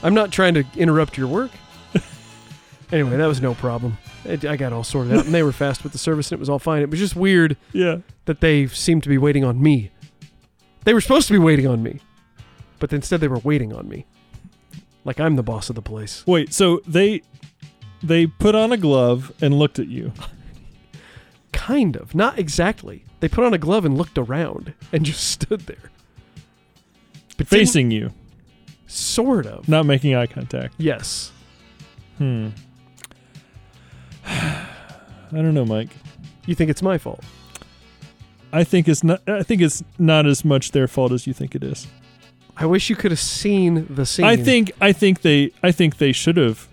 [SPEAKER 2] I'm not trying to interrupt your work. Anyway, that was no problem. I I got all sorted out, and they were fast with the service, and it was all fine. It was just weird
[SPEAKER 1] Yeah.
[SPEAKER 2] that they seemed to be waiting on me. They were supposed to be waiting on me, but instead they were waiting on me. Like I'm the boss of the place.
[SPEAKER 1] Wait. So they they put on a glove and looked at you.
[SPEAKER 2] Kind of. Not exactly. They put on a glove and looked around and <laughs> just stood there. But didn't-
[SPEAKER 1] Facing you,
[SPEAKER 2] Sort of.
[SPEAKER 1] not making eye contact.
[SPEAKER 2] Yes.
[SPEAKER 1] Hmm. <sighs> I don't know, Mike.
[SPEAKER 2] You think it's my fault?
[SPEAKER 1] I think it's not. I think it's not as much their fault as you think it is.
[SPEAKER 2] I wish you could have seen the scene.
[SPEAKER 1] I think. I think they. I think they should have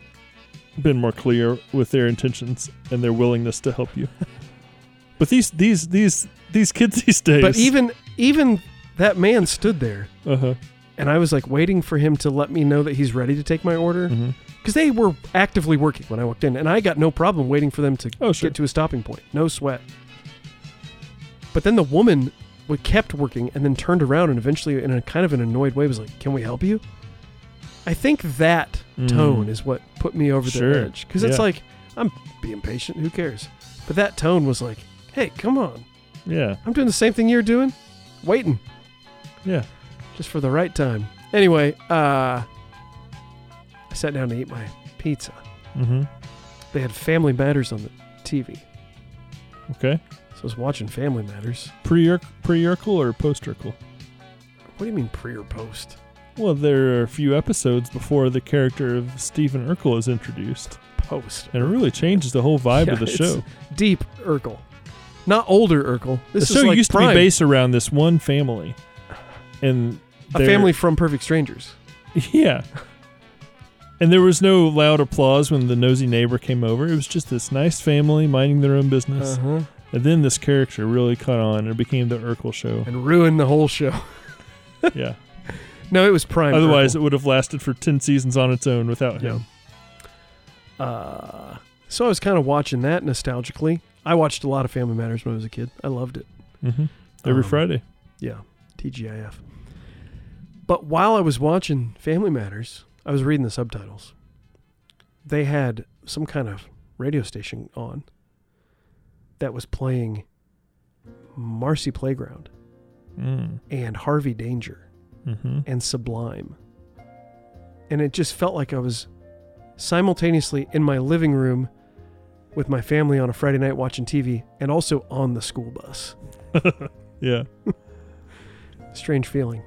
[SPEAKER 1] been more clear with their intentions and their willingness to help
[SPEAKER 2] <laughs>
[SPEAKER 1] you. but these these these these kids these days.
[SPEAKER 2] But even even that man stood there
[SPEAKER 1] <laughs> Uh-huh.
[SPEAKER 2] and I was like waiting for him to let me know that he's ready to take my order.
[SPEAKER 1] Mhm.
[SPEAKER 2] because they were actively working when I walked in, and I got no problem waiting for them to
[SPEAKER 1] Oh, sure.
[SPEAKER 2] get to a stopping point. No sweat. But then the woman wa- kept working and then turned around and eventually, in a kind of an annoyed way, was like, Can we help you? I think that
[SPEAKER 1] Mm.
[SPEAKER 2] tone is what put me over
[SPEAKER 1] Sure.
[SPEAKER 2] the edge. Because it's
[SPEAKER 1] Yeah.
[SPEAKER 2] like, I'm being patient. Who cares? But that tone was like, Hey, come on.
[SPEAKER 1] Yeah.
[SPEAKER 2] I'm doing the same thing you're doing. Waiting
[SPEAKER 1] Yeah.
[SPEAKER 2] just for the right time. Anyway, uh, I sat down to eat my pizza.
[SPEAKER 1] Mm-hmm.
[SPEAKER 2] they had Family Matters on the TV.
[SPEAKER 1] Okay.
[SPEAKER 2] So I was watching Family Matters.
[SPEAKER 1] Pre pre or post urkel?
[SPEAKER 2] What do you mean pre or post?
[SPEAKER 1] Well, there are a few episodes before the character of Stephen Urkel is introduced,
[SPEAKER 2] Post.
[SPEAKER 1] and it really changes the whole vibe
[SPEAKER 2] Yeah,
[SPEAKER 1] of the
[SPEAKER 2] it's-
[SPEAKER 1] show.
[SPEAKER 2] Deep Urkel. Not older Urkel. This
[SPEAKER 1] the
[SPEAKER 2] is
[SPEAKER 1] show
[SPEAKER 2] like
[SPEAKER 1] used to
[SPEAKER 2] prime.
[SPEAKER 1] be based around this one family, and
[SPEAKER 2] a
[SPEAKER 1] their-
[SPEAKER 2] family from Perfect Strangers.
[SPEAKER 1] <laughs> Yeah. And there was no loud applause when the nosy neighbor came over. It was just this nice family minding their own business.
[SPEAKER 2] Uh-huh.
[SPEAKER 1] And then this
[SPEAKER 2] <laughs>
[SPEAKER 1] character really caught on and it became the Urkel show.
[SPEAKER 2] And ruined the whole show.
[SPEAKER 1] yeah.
[SPEAKER 2] <laughs> No, it was prime.
[SPEAKER 1] Otherwise,
[SPEAKER 2] purple.
[SPEAKER 1] it would have lasted for 10 seasons on its own without him.
[SPEAKER 2] Uh, so I was kind of watching that nostalgically. I watched a lot of Family Matters when I was a kid. I loved it.
[SPEAKER 1] hmm Every
[SPEAKER 2] Um,
[SPEAKER 1] Friday.
[SPEAKER 2] Yeah, TGIF. But while I was watching Family Matters, I was reading the subtitles. They had some kind of radio station on that was playing Marcy Playground and Harvey Danger
[SPEAKER 1] Mm. Mm-hmm.
[SPEAKER 2] and Sublime. And it just felt like I was simultaneously in my living room with my family on a Friday night watching TV and also on the school bus.
[SPEAKER 1] Yeah.
[SPEAKER 2] Strange feeling.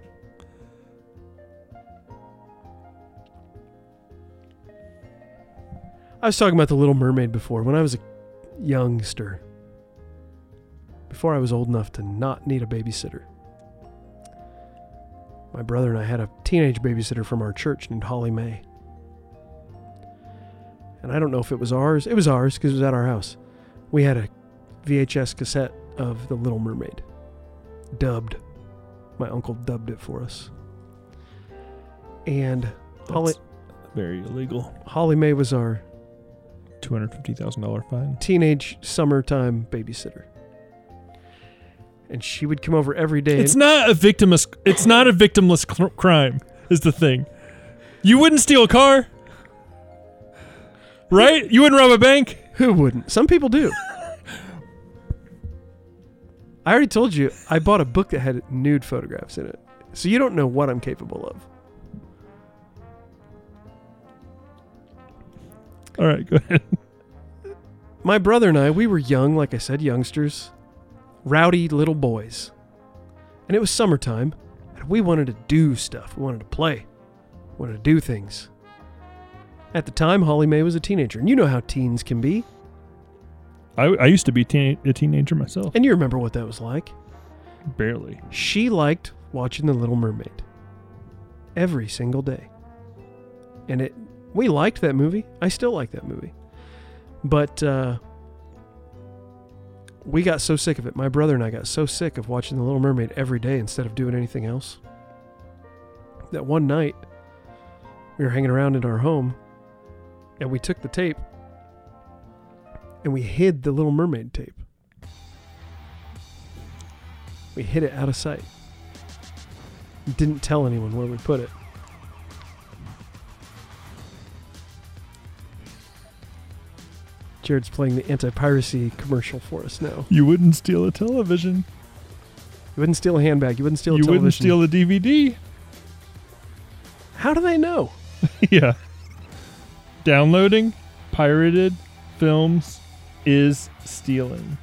[SPEAKER 2] I was talking about The Little Mermaid before. When I was a youngster, before I was old enough to not need a babysitter, my brother and I had a teenage babysitter from our church named Holly May. And I don't know if it was ours. It was ours because it was at our house. We had a VHS cassette of The Little Mermaid, dubbed my uncle dubbed it for us. And Holly,
[SPEAKER 1] Very illegal.
[SPEAKER 2] Holly May was our
[SPEAKER 1] $250,000 fine.
[SPEAKER 2] teenage summertime babysitter. And she would come over every day.
[SPEAKER 1] It's not a victimless. It's not a victimless cr- crime. Is the thing. You wouldn't steal a car, right? You wouldn't rob a bank.
[SPEAKER 2] <laughs> Who wouldn't? Some people do. I already told you I bought a book that had nude photographs in it. So you don't know what I'm capable of.
[SPEAKER 1] All right, go ahead.
[SPEAKER 2] my brother and I, we were young, like I said, youngsters, rowdy little boys. And it was summertime, and we wanted to do stuff. We wanted to play, we wanted to do things. At the time, Holly Mae was a teenager, and you know how teens can be,
[SPEAKER 1] I, I used to be teen, a teenager myself,
[SPEAKER 2] and you remember what that was like.
[SPEAKER 1] barely.
[SPEAKER 2] She liked watching The Little Mermaid every single day. And it we liked that movie. I still like that movie. But uh, we got so sick of it. My brother and I got so sick of watching The Little Mermaid every day instead of doing anything else. That one night, we were hanging around in our home and we took the tape and we hid the Little Mermaid tape. We hid it out of sight. Didn't tell anyone where we put it. Jared's playing the anti piracy commercial for us now.
[SPEAKER 1] You wouldn't steal a television.
[SPEAKER 2] You wouldn't steal a handbag. You wouldn't steal a
[SPEAKER 1] you
[SPEAKER 2] television.
[SPEAKER 1] wouldn't steal a DVD.
[SPEAKER 2] How do they know?
[SPEAKER 1] <laughs> yeah. Downloading pirated films is stealing.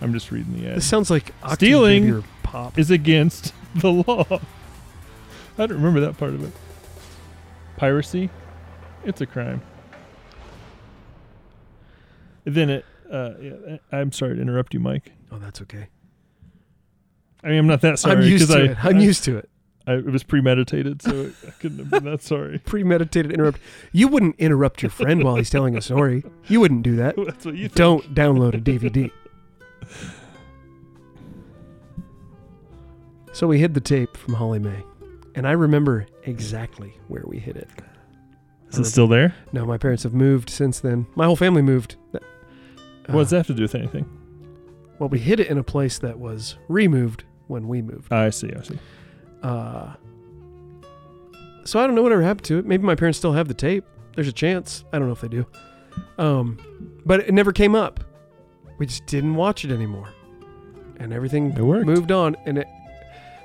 [SPEAKER 1] I'm just reading the ad.
[SPEAKER 2] This sounds like Octane
[SPEAKER 1] Stealing
[SPEAKER 2] Baby or pop.
[SPEAKER 1] is against <laughs> the law. I don't remember that part of it. Piracy, it's a crime. Then it, uh, yeah, I'm sorry to interrupt you, Mike.
[SPEAKER 2] oh, that's okay.
[SPEAKER 1] I mean, I'm not that sorry.
[SPEAKER 2] I'm used
[SPEAKER 1] 'cause
[SPEAKER 2] to
[SPEAKER 1] I,
[SPEAKER 2] it. I'm
[SPEAKER 1] I-
[SPEAKER 2] used to it.
[SPEAKER 1] I- it was premeditated, so it, I couldn't have been that
[SPEAKER 2] <laughs>
[SPEAKER 1] sorry.
[SPEAKER 2] Premeditated interrupt. You wouldn't interrupt your friend while he's telling a story. You wouldn't do
[SPEAKER 1] <laughs>
[SPEAKER 2] that.
[SPEAKER 1] That's what you think.
[SPEAKER 2] Don't download a DVD. so we hid the tape from Holly May, and I remember exactly where we hid it.
[SPEAKER 1] Is it still there?
[SPEAKER 2] No, my parents have moved since then. My whole family moved. Uh,
[SPEAKER 1] what does that have to do with anything?
[SPEAKER 2] Well, we hid it in a place that was removed when we moved.
[SPEAKER 1] I see. I see.
[SPEAKER 2] Uh, so I don't know whatever happened to it. Maybe my parents still have the tape. There's a chance. I don't know if they do. Um, but it never came up. We just didn't watch it anymore, and everything
[SPEAKER 1] It worked.
[SPEAKER 2] moved on. And it.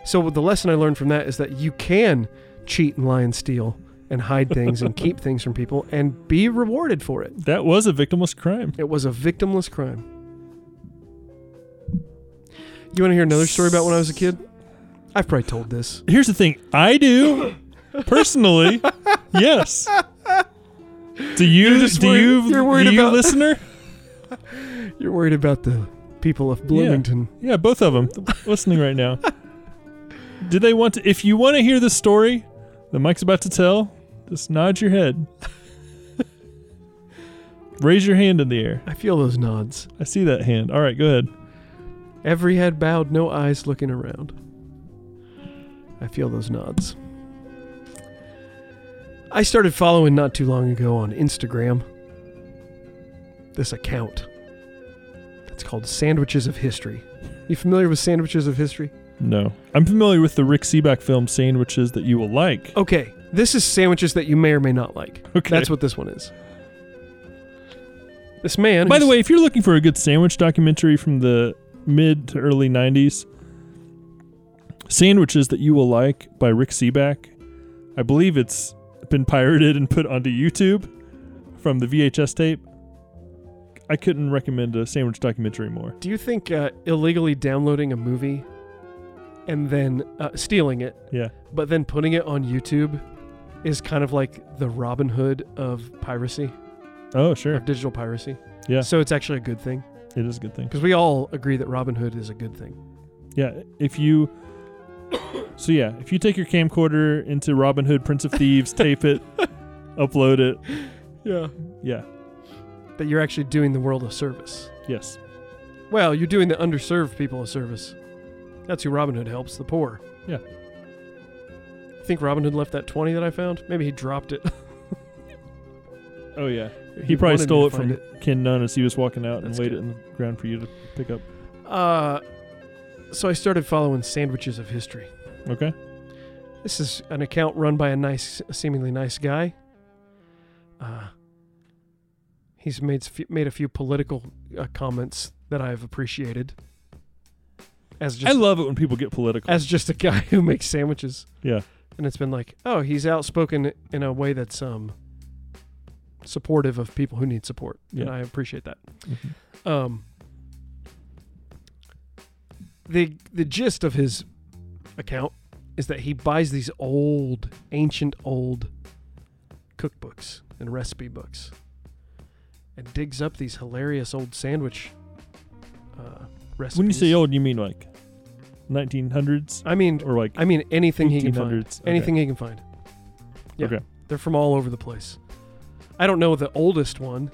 [SPEAKER 2] So the lesson I learned from that is that you can cheat and lie and steal and hide
[SPEAKER 1] <laughs>
[SPEAKER 2] things and keep things from people and be rewarded for it.
[SPEAKER 1] That was a victimless crime.
[SPEAKER 2] It was a victimless crime. You want to hear another story about when I was a kid? I've probably told this.
[SPEAKER 1] Here's the thing. I do personally. yes. Do you?
[SPEAKER 2] just
[SPEAKER 1] do
[SPEAKER 2] worried-
[SPEAKER 1] you?
[SPEAKER 2] you're worried
[SPEAKER 1] do you,
[SPEAKER 2] about-
[SPEAKER 1] listener?
[SPEAKER 2] You're worried about the people of Bloomington.
[SPEAKER 1] Yeah, both of them listening right now. Do they want to? If you want to hear the story that Mike's about to tell, just nod your head. Raise your hand in the air.
[SPEAKER 2] I feel those nods.
[SPEAKER 1] I see that hand. All right, go ahead.
[SPEAKER 2] Every head bowed, no eyes looking around. I feel those nods. I started following not too long ago on Instagram this account. It's called Sandwiches of History. You familiar with Sandwiches of History?
[SPEAKER 1] No. I'm familiar with the Rick Seaback film Sandwiches That You Will Like.
[SPEAKER 2] Okay, this is sandwiches that you may or may not like.
[SPEAKER 1] Okay.
[SPEAKER 2] Oh, That's what this one is. This man.
[SPEAKER 1] By the
[SPEAKER 2] who's-
[SPEAKER 1] way, if you're looking for a good sandwich documentary from the mid to early 90s, Sandwiches That You Will Like by Rick Seaback, I believe it's been pirated and put onto YouTube from the VHS tape. I couldn't recommend a sandwich documentary more.
[SPEAKER 2] do you think uh, illegally downloading a movie and then uh, stealing it,
[SPEAKER 1] Yeah.
[SPEAKER 2] but then putting it on YouTube, is kind of like the Robin Hood of piracy,
[SPEAKER 1] Oh,
[SPEAKER 2] of
[SPEAKER 1] sure.
[SPEAKER 2] digital piracy?
[SPEAKER 1] Yeah.
[SPEAKER 2] So it's actually a good thing
[SPEAKER 1] It is a good thing.
[SPEAKER 2] because we all agree that Robin Hood is a good thing.
[SPEAKER 1] Yeah, if you <coughs> So yeah, if you take your camcorder into Robin Hood Prince of Thieves, tape it, upload it.
[SPEAKER 2] Yeah.
[SPEAKER 1] Yeah.
[SPEAKER 2] That you're actually doing the world a service.
[SPEAKER 1] Yes.
[SPEAKER 2] Well, you're doing the underserved people a service. That's who Robin Hood helps, the poor.
[SPEAKER 1] Yeah.
[SPEAKER 2] Think Robin Hood left that 20 that I found? Maybe he dropped it.
[SPEAKER 1] Oh yeah. He probably
[SPEAKER 2] wanted me
[SPEAKER 1] stole
[SPEAKER 2] to
[SPEAKER 1] it
[SPEAKER 2] find
[SPEAKER 1] from Ken Nunn as he was walking out and
[SPEAKER 2] That's
[SPEAKER 1] laid it
[SPEAKER 2] good.
[SPEAKER 1] in the ground for you to pick up.
[SPEAKER 2] Uh so I started following Sandwiches of History.
[SPEAKER 1] Okay?
[SPEAKER 2] This is an account run by a nice seemingly nice guy. Uh He's made s- few- made a few political uh, comments that I have appreciated. As just
[SPEAKER 1] I love it when people get political.
[SPEAKER 2] as just a guy who makes sandwiches.
[SPEAKER 1] Yeah.
[SPEAKER 2] And it's been like, oh, he's outspoken in a way that's um supportive of people who need support. And
[SPEAKER 1] Yeah.
[SPEAKER 2] I appreciate that.
[SPEAKER 1] Mhm.
[SPEAKER 2] Um the the gist of his account is that he buys these old, ancient old cookbooks and recipe books and digs up these hilarious old sandwich uh, recipes.
[SPEAKER 1] When you say old, you mean like 1900s
[SPEAKER 2] I mean
[SPEAKER 1] or like
[SPEAKER 2] I mean anything he can find.
[SPEAKER 1] 1800s? Okay.
[SPEAKER 2] Anything he can find. Yeah.
[SPEAKER 1] Okay.
[SPEAKER 2] They're from all over the place. I don't know the oldest one,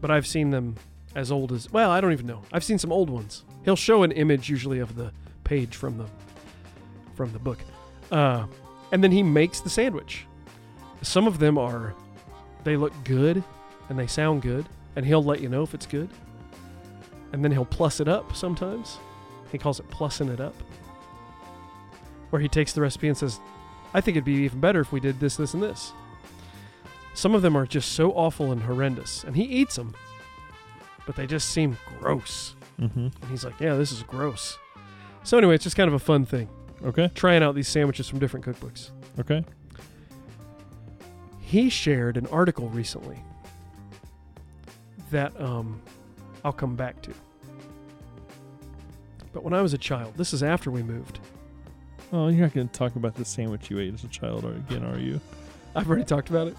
[SPEAKER 2] but I've seen them as old as well, I don't even know. I've seen some old ones. He'll show an image usually of the page from the from the book. Uh, and then he makes the sandwich. Some of them are they look good and they sound good, and he'll let you know if it's good. And then he'll plus it up sometimes. He calls it plussing it up. Where he takes the recipe and says, I think it'd be even better if we did this, this, and this. Some of them are just so awful and horrendous, and he eats them, but they just seem gross.
[SPEAKER 1] Mhm.
[SPEAKER 2] And he's like, Yeah, this is gross. So, anyway, it's just kind of a fun thing
[SPEAKER 1] Okay?
[SPEAKER 2] trying out these sandwiches from different cookbooks.
[SPEAKER 1] Okay.
[SPEAKER 2] He shared an article recently that um, I'll come back to. But when I was a child, this is after we moved.
[SPEAKER 1] Oh, you're not going to talk about the sandwich you ate as a child or again, are you?
[SPEAKER 2] I've already talked about it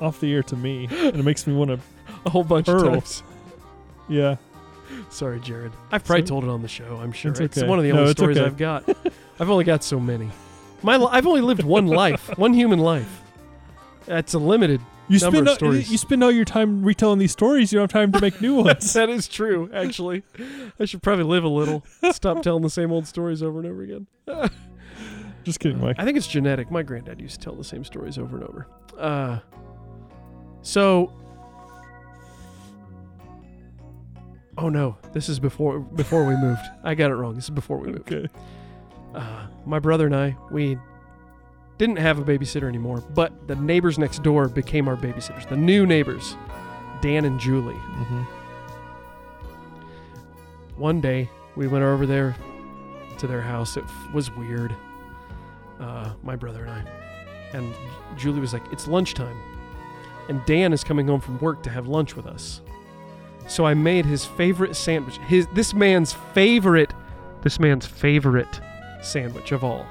[SPEAKER 1] Off the air to
[SPEAKER 2] <gasps>
[SPEAKER 1] me. And it makes me want to
[SPEAKER 2] a whole bunch
[SPEAKER 1] Earl.
[SPEAKER 2] of times.
[SPEAKER 1] Yeah.
[SPEAKER 2] Sorry, Jared. I've probably
[SPEAKER 1] So-
[SPEAKER 2] told it on the show. I'm sure
[SPEAKER 1] It's
[SPEAKER 2] it's,
[SPEAKER 1] okay.
[SPEAKER 2] one of the
[SPEAKER 1] No,
[SPEAKER 2] only
[SPEAKER 1] it's
[SPEAKER 2] stories
[SPEAKER 1] okay. <laughs>
[SPEAKER 2] I've got. I've only got so many. My li- I've only lived
[SPEAKER 1] <laughs>
[SPEAKER 2] one life, one human life. That's a limited.
[SPEAKER 1] You
[SPEAKER 2] number
[SPEAKER 1] spend
[SPEAKER 2] of
[SPEAKER 1] all,
[SPEAKER 2] stories.
[SPEAKER 1] you spend all your time retelling these stories. You don't have time to
[SPEAKER 2] <laughs>
[SPEAKER 1] make new ones.
[SPEAKER 2] That is true, actually. <laughs> I should probably live a little. Stop telling the same old stories over and over again.
[SPEAKER 1] Just kidding, Mike.
[SPEAKER 2] I think it's genetic. My granddad used to tell the same stories over and over. Uh, so, oh no, this is before before we moved. I got it wrong. This is before we moved.
[SPEAKER 1] Okay.
[SPEAKER 2] Uh, my brother and I, we didn't have a babysitter anymore, but the neighbors next door became our babysitters. The new neighbors, Dan and Julie.
[SPEAKER 1] Mm-hmm.
[SPEAKER 2] one day we went over there to their house. It f- was weird. Uh, my brother and I. And Julie was like, It's lunchtime. And Dan is coming home from work to have lunch with us. So I made his favorite sandwich. His this man's favorite this man's favorite sandwich of all.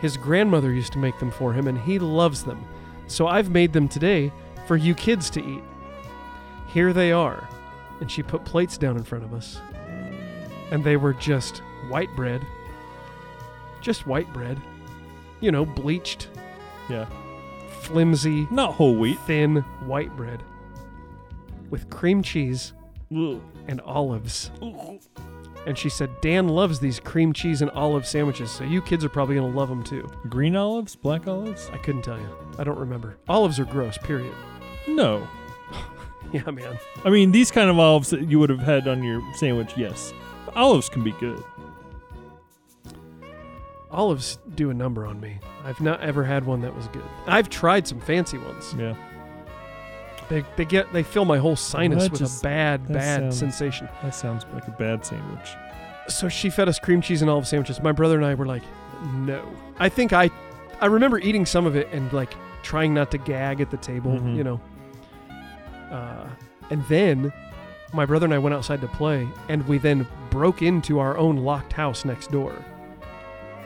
[SPEAKER 2] His grandmother used to make them for him and he loves them. So I've made them today for you kids to eat. Here they are. And she put plates down in front of us and they were just white bread. Just white bread. You know, bleached,
[SPEAKER 1] Yeah.
[SPEAKER 2] flimsy,
[SPEAKER 1] Not whole wheat.
[SPEAKER 2] thin white bread with cream cheese
[SPEAKER 1] Ugh.
[SPEAKER 2] and olives. and she said, Dan loves these cream cheese and olive sandwiches, so you kids are probably going to love them too.
[SPEAKER 1] Green olives, black olives?
[SPEAKER 2] I couldn't tell you. I don't remember. Olives are gross, period. <laughs>
[SPEAKER 1] No.
[SPEAKER 2] Yeah, man.
[SPEAKER 1] I mean, these kind of olives that you would have had on your sandwich, yes. Olives can be good.
[SPEAKER 2] Olives do a number on me. I've not ever had one that was good. I've tried some fancy ones.
[SPEAKER 1] Yeah.
[SPEAKER 2] They, they get they fill my whole sinus
[SPEAKER 1] That
[SPEAKER 2] with
[SPEAKER 1] just-
[SPEAKER 2] a bad
[SPEAKER 1] that
[SPEAKER 2] bad
[SPEAKER 1] sounds-
[SPEAKER 2] sensation.
[SPEAKER 1] That sounds like a bad sandwich.
[SPEAKER 2] So she fed us cream cheese and olive sandwiches. My brother and I were like, "No." I think I I remember eating some of it and like trying not to gag at the table,
[SPEAKER 1] Mhm.
[SPEAKER 2] you know. Uh, and then my brother and I went outside to play and we then broke into our own locked house next door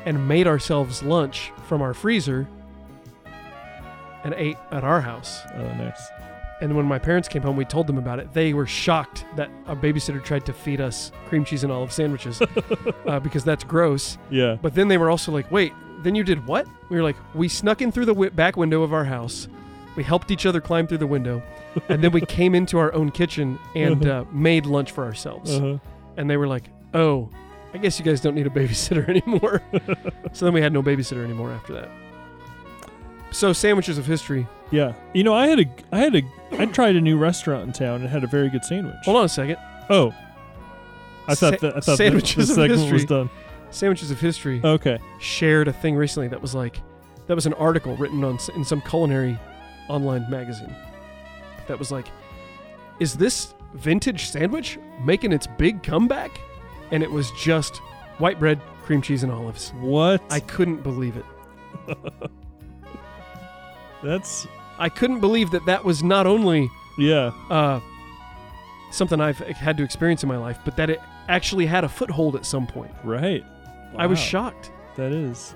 [SPEAKER 2] and made ourselves lunch from our freezer and ate at our house.
[SPEAKER 1] Oh, nice.
[SPEAKER 2] And when my parents came home, we told them about it. They were shocked that our babysitter tried to feed us cream cheese and olive sandwiches <laughs> uh, because that's gross.
[SPEAKER 1] <laughs> Yeah.
[SPEAKER 2] But then they were also like, wait, then you did what? We were like, we snuck in through the wi- back window of our house. We helped each other climb through the window. And then we came into our own kitchen and uh, made lunch for ourselves.
[SPEAKER 1] Uh-huh.
[SPEAKER 2] And they were like, oh, I guess you guys don't need a babysitter <laughs> anymore. so then we had no babysitter anymore after that. So, sandwiches of history.
[SPEAKER 1] Yeah. You know, I had a, I had a, I tried a new restaurant in town and had a very good sandwich.
[SPEAKER 2] Hold on a second.
[SPEAKER 1] Oh. I
[SPEAKER 2] Sa-
[SPEAKER 1] thought that I thought the, the
[SPEAKER 2] sandwiches of
[SPEAKER 1] segment was
[SPEAKER 2] history.
[SPEAKER 1] done.
[SPEAKER 2] Sandwiches of history.
[SPEAKER 1] Okay.
[SPEAKER 2] shared a thing recently that was like that was an article written on in some culinary online magazine that was like is this vintage sandwich making its big comeback and it was just white bread cream cheese and olives
[SPEAKER 1] What?
[SPEAKER 2] i couldn't believe it
[SPEAKER 1] <laughs> That's
[SPEAKER 2] i couldn't believe that that was not only
[SPEAKER 1] yeah.
[SPEAKER 2] uh, something i've e, had to experience in my life but that it actually had a foothold at some point
[SPEAKER 1] Right.
[SPEAKER 2] i was
[SPEAKER 1] Wow.
[SPEAKER 2] shocked
[SPEAKER 1] That is.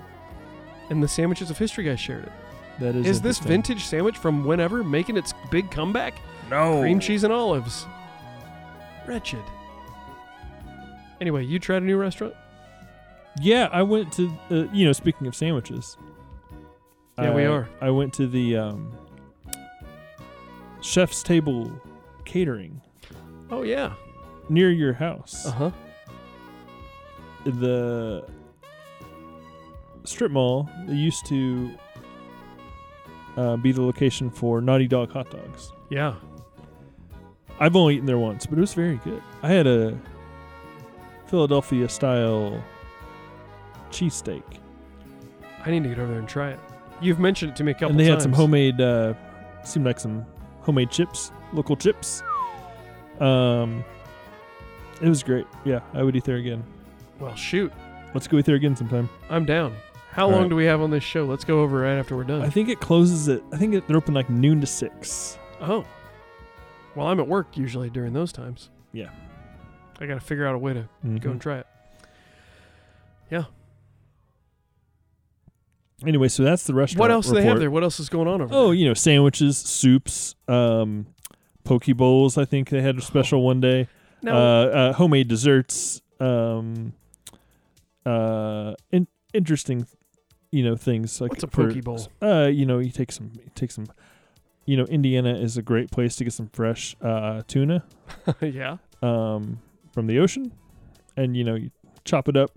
[SPEAKER 2] and the sandwiches of history guy shared it
[SPEAKER 1] That is.
[SPEAKER 2] is this
[SPEAKER 1] interesting.
[SPEAKER 2] vintage sandwich from whenever making its big comeback
[SPEAKER 1] No.
[SPEAKER 2] cream cheese and olives. Wretched. Anyway, you tried a new restaurant?
[SPEAKER 1] Yeah, I went to uh, you know speaking of sandwiches.
[SPEAKER 2] Yeah, we
[SPEAKER 1] I-
[SPEAKER 2] are.
[SPEAKER 1] I went to the um, chef's table catering
[SPEAKER 2] Oh yeah.
[SPEAKER 1] near your house.
[SPEAKER 2] Uh huh.
[SPEAKER 1] The strip mall that used to uh, be the location for Naughty Dog hot dogs.
[SPEAKER 2] Yeah.
[SPEAKER 1] I've only eaten there once, but it was very good. I had a Philadelphia style cheesesteak.
[SPEAKER 2] I need to get over there and try it. You've mentioned it to me a couple
[SPEAKER 1] And they
[SPEAKER 2] times.
[SPEAKER 1] had some homemade, uh, seemed like some homemade chips, local chips. Um, it was great. Yeah, I would eat there again.
[SPEAKER 2] Well, shoot,
[SPEAKER 1] Let's go eat there again sometime.
[SPEAKER 2] I'm down. How
[SPEAKER 1] All
[SPEAKER 2] long
[SPEAKER 1] right.
[SPEAKER 2] do we have on this show? Let's go over right after we're done.
[SPEAKER 1] I think it closes at, I think it, they're open like noon to six.
[SPEAKER 2] oh. Well, I'm at work usually during those times.
[SPEAKER 1] Yeah.
[SPEAKER 2] I got to figure out a way to go and
[SPEAKER 1] Mhm.
[SPEAKER 2] try it.
[SPEAKER 1] Anyway, so that's the restaurant.
[SPEAKER 2] What else do they have
[SPEAKER 1] report.
[SPEAKER 2] there? What else is going on over
[SPEAKER 1] Oh,
[SPEAKER 2] there?
[SPEAKER 1] you know, sandwiches, soups, um, poke bowls. I think they
[SPEAKER 2] Oh.
[SPEAKER 1] had a special one day.
[SPEAKER 2] Now,
[SPEAKER 1] uh, uh, homemade desserts, um, uh, in- interesting, you know, things like
[SPEAKER 2] what's a
[SPEAKER 1] for-
[SPEAKER 2] poke bowl?
[SPEAKER 1] Uh, you know, you take some, you take some, you know, Indiana is a great place to get some fresh uh, tuna
[SPEAKER 2] <laughs> yeah.
[SPEAKER 1] um, from the ocean, and you know, you chop it up,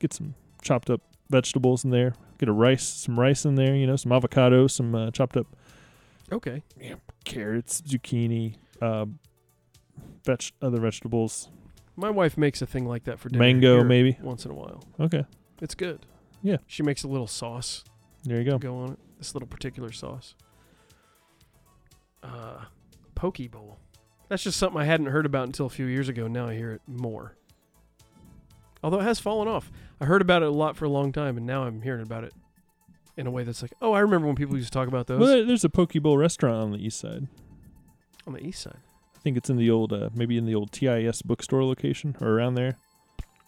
[SPEAKER 1] get some chopped up vegetables in there, get a rice, some rice in there, you know, some avocado, some uh, chopped up
[SPEAKER 2] Okay.
[SPEAKER 1] carrots, zucchini, uh, veg other vegetables,
[SPEAKER 2] My wife makes a thing like that for dinner.
[SPEAKER 1] Mango,
[SPEAKER 2] here
[SPEAKER 1] maybe.
[SPEAKER 2] Once in a while.
[SPEAKER 1] Okay.
[SPEAKER 2] It's good.
[SPEAKER 1] Yeah.
[SPEAKER 2] She makes a little sauce
[SPEAKER 1] There you
[SPEAKER 2] to
[SPEAKER 1] go.
[SPEAKER 2] go on it. This little particular sauce. Uh, poke bowl. That's just something I hadn't heard about until a few years ago. Now I hear it more. Although it has fallen off. I heard about it a lot for a long time, and now I'm hearing about it in a way that's like, oh, I remember when people used to talk about those
[SPEAKER 1] Well, there- there's a poke bowl restaurant on the east side.
[SPEAKER 2] on the east side.
[SPEAKER 1] I think it's in the old, uh, maybe in the old TIS bookstore location or around there,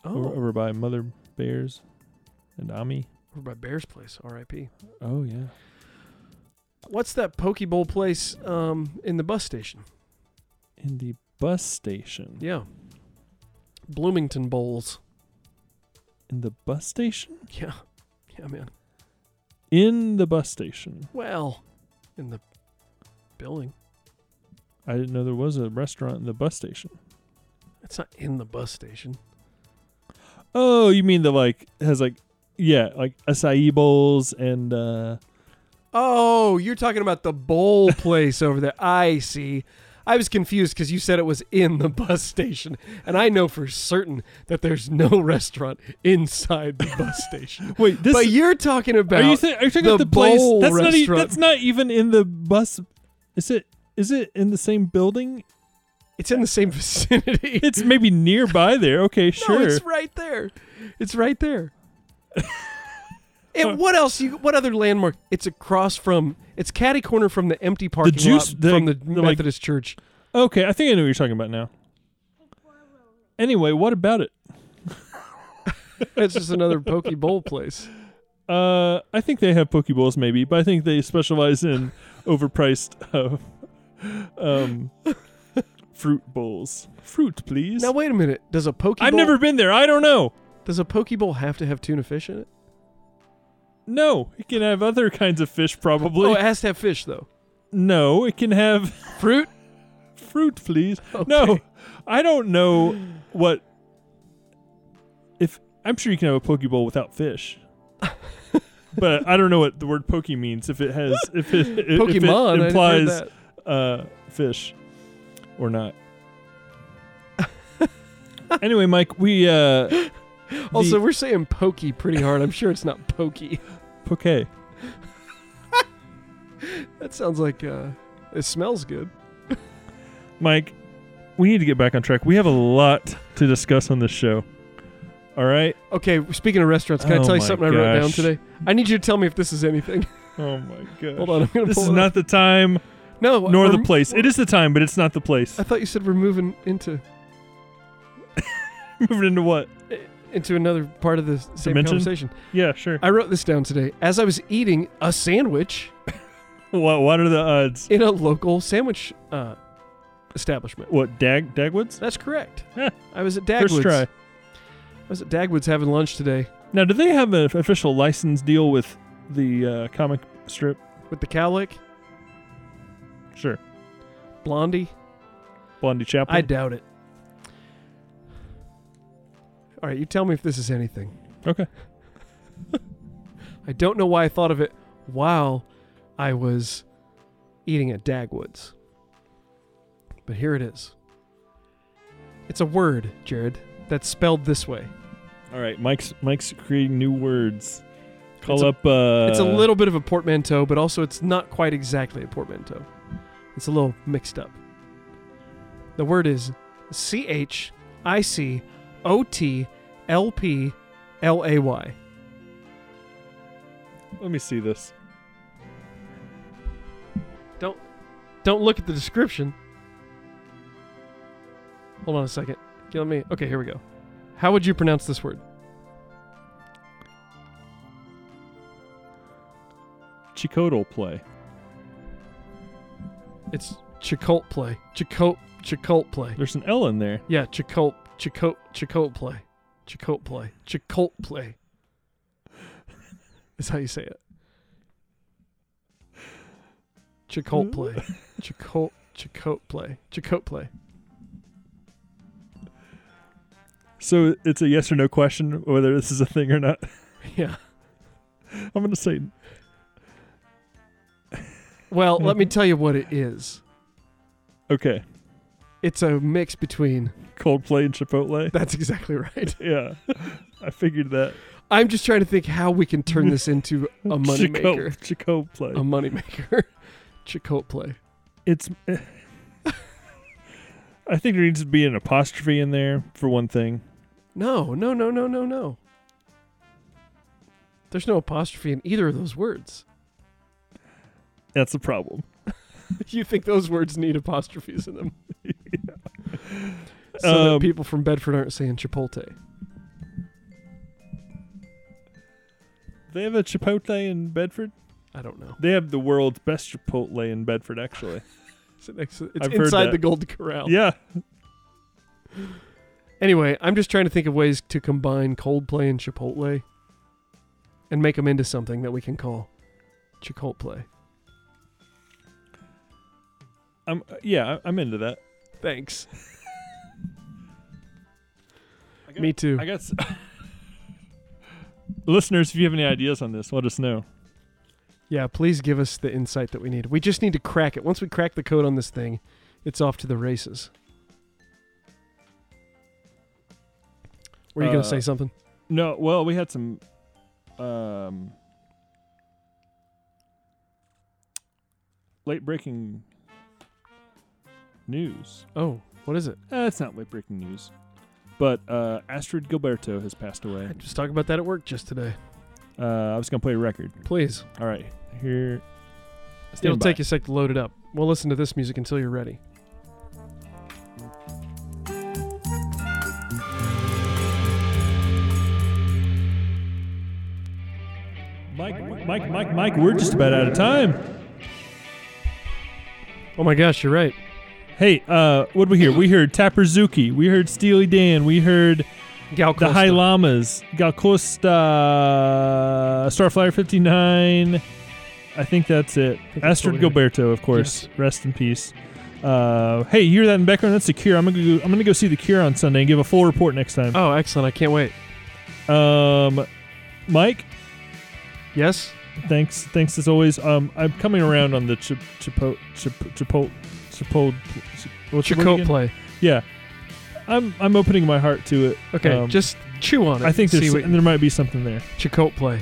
[SPEAKER 2] Oh,
[SPEAKER 1] over,
[SPEAKER 2] over,
[SPEAKER 1] over by Mother Bears and Ami.
[SPEAKER 2] by Bear's Place, R.I.P.
[SPEAKER 1] Oh yeah,
[SPEAKER 2] What's that poke bowl place um, in the bus station?
[SPEAKER 1] in the bus station.
[SPEAKER 2] Yeah. Bloomington Bowls.
[SPEAKER 1] In the bus station.
[SPEAKER 2] Yeah. Yeah, man.
[SPEAKER 1] In the bus station.
[SPEAKER 2] Well, in the building.
[SPEAKER 1] I didn't know there was a restaurant in the bus station.
[SPEAKER 2] It's not in the bus station.
[SPEAKER 1] Oh, you mean the like has like yeah, like acai bowls and uh
[SPEAKER 2] Oh, you're talking about
[SPEAKER 1] <laughs>
[SPEAKER 2] the bowl place over there. I see. I was confused because you said it was in the bus station, and I know for certain that there's no restaurant inside the
[SPEAKER 1] <laughs>
[SPEAKER 2] bus station.
[SPEAKER 1] wait, this
[SPEAKER 2] but you're talking about
[SPEAKER 1] are you, th- are you talking about
[SPEAKER 2] the
[SPEAKER 1] the place
[SPEAKER 2] bowl
[SPEAKER 1] that's not e-
[SPEAKER 2] restaurant.
[SPEAKER 1] that's not even in the bus is it is it in the same building?
[SPEAKER 2] it's in the same <laughs> vicinity.
[SPEAKER 1] It's maybe nearby there. Okay, sure.
[SPEAKER 2] <laughs> No, it's right there. It's right there.
[SPEAKER 1] <laughs>
[SPEAKER 2] and what else? You what other landmark? It's across from. It's catty corner from the empty parking
[SPEAKER 1] juice-
[SPEAKER 2] lot
[SPEAKER 1] the-
[SPEAKER 2] from the,
[SPEAKER 1] the, like-
[SPEAKER 2] Methodist church.
[SPEAKER 1] Okay, I think I know what you're talking about now. Anyway, what about it?
[SPEAKER 2] It's just another poke bowl
[SPEAKER 1] <laughs>
[SPEAKER 2] place.
[SPEAKER 1] Uh, I think they have Pokeballs maybe, but I think they specialize
[SPEAKER 2] <laughs>
[SPEAKER 1] in overpriced uh, um fruit bowls. Fruit, please.
[SPEAKER 2] Now wait a minute. Does a poke?
[SPEAKER 1] I've
[SPEAKER 2] bowl-
[SPEAKER 1] never been there. I don't know.
[SPEAKER 2] Does a poke bowl have to have tuna fish in it?
[SPEAKER 1] No, it can have other kinds of fish probably.
[SPEAKER 2] Oh, it has to have
[SPEAKER 1] <laughs>
[SPEAKER 2] fish though.
[SPEAKER 1] no, it can have
[SPEAKER 2] <laughs> Fruit.
[SPEAKER 1] fruit, please. No,
[SPEAKER 2] Okay.
[SPEAKER 1] I don't know what. If I'm sure you can have a poke bowl without
[SPEAKER 2] <laughs>
[SPEAKER 1] fish, but I don't know what the word poke means. If it
[SPEAKER 2] <laughs>
[SPEAKER 1] has, if it, if it
[SPEAKER 2] Pokemon I
[SPEAKER 1] implies
[SPEAKER 2] Heard that.
[SPEAKER 1] uh, fish or
[SPEAKER 2] <laughs>
[SPEAKER 1] not. anyway, Mike, we uh,
[SPEAKER 2] Also, we're saying pokey pretty hard. I'm sure it's not pokey.
[SPEAKER 1] poke.
[SPEAKER 2] <laughs> That sounds like uh, it smells good.
[SPEAKER 1] Mike, we need to get back on track. We have a lot to discuss on this show. All right.
[SPEAKER 2] Okay, speaking of restaurants, can I
[SPEAKER 1] Oh
[SPEAKER 2] tell you
[SPEAKER 1] my
[SPEAKER 2] something I wrote down
[SPEAKER 1] gosh.
[SPEAKER 2] today? I need you to tell me if this is anything.
[SPEAKER 1] Oh my god.
[SPEAKER 2] Hold on, I'm gonna
[SPEAKER 1] This
[SPEAKER 2] pull
[SPEAKER 1] is
[SPEAKER 2] it up.
[SPEAKER 1] not the time
[SPEAKER 2] No,
[SPEAKER 1] nor
[SPEAKER 2] we're-
[SPEAKER 1] the place. It is the time, but it's not the <laughs> place.
[SPEAKER 2] I thought you said we're moving into
[SPEAKER 1] Moving into what?
[SPEAKER 2] into another part of the same
[SPEAKER 1] Dimension?
[SPEAKER 2] conversation.
[SPEAKER 1] Yeah, sure.
[SPEAKER 2] I wrote this down today as I was eating a sandwich
[SPEAKER 1] What? What are the odds?
[SPEAKER 2] in a local sandwich uh, establishment.
[SPEAKER 1] What? Dag Dagwoods?
[SPEAKER 2] That's correct.
[SPEAKER 1] <laughs> Huh.
[SPEAKER 2] I was at
[SPEAKER 1] First
[SPEAKER 2] Dagwood's.
[SPEAKER 1] try.
[SPEAKER 2] I was at Dagwood's having lunch today
[SPEAKER 1] Now, do they have an official license deal with the uh, comic strip?
[SPEAKER 2] with the cowlick,
[SPEAKER 1] Sure.
[SPEAKER 2] Blondie.
[SPEAKER 1] Blondie Chapel.
[SPEAKER 2] I doubt it. All right, you tell me if this is anything.
[SPEAKER 1] okay.
[SPEAKER 2] I don't know why I thought of it while I was eating at Dagwood's. But here it is. It's a word, Jared, that's spelled this way.
[SPEAKER 1] All right. Mike's Mike's creating new words. Call
[SPEAKER 2] It's a-
[SPEAKER 1] up. uh,
[SPEAKER 2] it's a little bit of a portmanteau, but also it's not quite exactly a portmanteau. It's a little mixed up. The word is C H I C O T L P L A Y.
[SPEAKER 1] Let me see this.
[SPEAKER 2] Don't look at the description. Hold on a second. Okay, Let me. Okay, here we go. How would you pronounce this word?
[SPEAKER 1] Chicotle play.
[SPEAKER 2] It's chicote play. Chicote chicote play.
[SPEAKER 1] There's an L in there.
[SPEAKER 2] Yeah, chicote chicote chicote play. Chicote play. Chicote play. Is how you say it. Chicote play. Chicote chicote play. Chicote play.
[SPEAKER 1] So it's a yes or no question whether this is a thing or not. <laughs>
[SPEAKER 2] Yeah.
[SPEAKER 1] I'm gonna say
[SPEAKER 2] Well, let me tell you what it is.
[SPEAKER 1] okay.
[SPEAKER 2] It's a mix between.
[SPEAKER 1] Coldplay and Chipotle.
[SPEAKER 2] That's exactly right.
[SPEAKER 1] Yeah, I figured that.
[SPEAKER 2] I'm just trying to think how we can turn this into
[SPEAKER 1] <laughs>
[SPEAKER 2] a
[SPEAKER 1] Chico-
[SPEAKER 2] moneymaker. Um,
[SPEAKER 1] Chicotle.
[SPEAKER 2] A moneymaker. <laughs> Chicotle.
[SPEAKER 1] it's. <laughs> I think there needs to be an apostrophe in there for one thing.
[SPEAKER 2] No, no, no, no, no, no. There's no apostrophe in either of those words. <laughs>
[SPEAKER 1] That's a problem.
[SPEAKER 2] you think those words need apostrophes
[SPEAKER 1] <laughs>
[SPEAKER 2] in them? <laughs> So that
[SPEAKER 1] Um,
[SPEAKER 2] people from Bedford aren't saying Chipotle.
[SPEAKER 1] They have a Chipotle in Bedford.
[SPEAKER 2] I don't know.
[SPEAKER 1] They have the world's best Chipotle in Bedford,
[SPEAKER 2] <laughs>
[SPEAKER 1] actually.
[SPEAKER 2] It's, an ex- it's
[SPEAKER 1] I've heard
[SPEAKER 2] inside
[SPEAKER 1] that.
[SPEAKER 2] the Golden Corral.
[SPEAKER 1] Yeah,
[SPEAKER 2] Anyway, I'm just trying to think of ways to combine Coldplay and Chipotle and make them into something that we can call Chipotle.
[SPEAKER 1] I'm. Yeah, I- I'm into that.
[SPEAKER 2] Thanks.
[SPEAKER 1] I got,
[SPEAKER 2] Me too.
[SPEAKER 1] <laughs> I got. s- listeners, if you have any ideas on this, let us know.
[SPEAKER 2] Yeah, please give us the insight that we need. We just need to crack it. Once we crack the code on this thing, it's off to the races. Were you
[SPEAKER 1] Uh,
[SPEAKER 2] going to say something?
[SPEAKER 1] No, well, we had some. Um, late breaking news.
[SPEAKER 2] Oh, what is it?
[SPEAKER 1] Uh, it's not late breaking news, but uh, Astrid Gilberto has passed away.
[SPEAKER 2] I just talked about that at work just today.
[SPEAKER 1] Uh, I was gonna play a record.
[SPEAKER 2] Please.
[SPEAKER 1] All right, here. Stand
[SPEAKER 2] It'll
[SPEAKER 1] by.
[SPEAKER 2] take you a sec to load it up. We'll listen to this music until you're ready.
[SPEAKER 1] Mike, Mike, Mike, Mike. We're just about out of time.
[SPEAKER 2] Oh my gosh, you're right.
[SPEAKER 1] Hey, uh, what did we hear? We heard Tapperzuki. We heard Steely Dan. We heard
[SPEAKER 2] Gal
[SPEAKER 1] The High
[SPEAKER 2] Costa.
[SPEAKER 1] Llamas, Galcosta, Starflyer 59. I think that's it.
[SPEAKER 2] think that's
[SPEAKER 1] Astrid
[SPEAKER 2] what we had.
[SPEAKER 1] Gilberto, of course. Rest in peace. Uh, hey, you hear that in the background? That's the Cure. I'm gonna go, I'm gonna go see the Cure on Sunday and give a full report next time.
[SPEAKER 2] Oh, excellent. I can't wait.
[SPEAKER 1] Um, Mike,
[SPEAKER 2] Yes?
[SPEAKER 1] thanks, thanks as always. Um, I'm coming around on the chip, chipo, chip, chipo, chipo, what's the word again?
[SPEAKER 2] Chipotle.
[SPEAKER 1] Yeah, I'm I'm opening my heart to it.
[SPEAKER 2] Okay,
[SPEAKER 1] Um,
[SPEAKER 2] just chew on it.
[SPEAKER 1] I think
[SPEAKER 2] and see
[SPEAKER 1] there's
[SPEAKER 2] what
[SPEAKER 1] there might be something there.
[SPEAKER 2] Chipotle.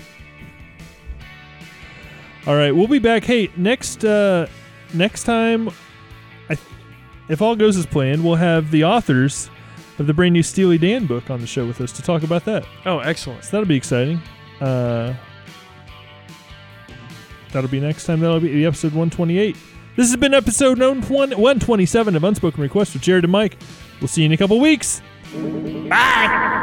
[SPEAKER 1] All right, we'll be back. Hey, next uh next time, I, if all goes as planned, we'll have the authors of the brand new Steely Dan book on the show with us to talk about that.
[SPEAKER 2] Oh, excellent.
[SPEAKER 1] So that'll be exciting. Uh, that'll be next time. That'll be episode 128. This has been episode known one- 127 of Unspoken Requests with Jared and Mike. We'll see you in a couple weeks. Bye.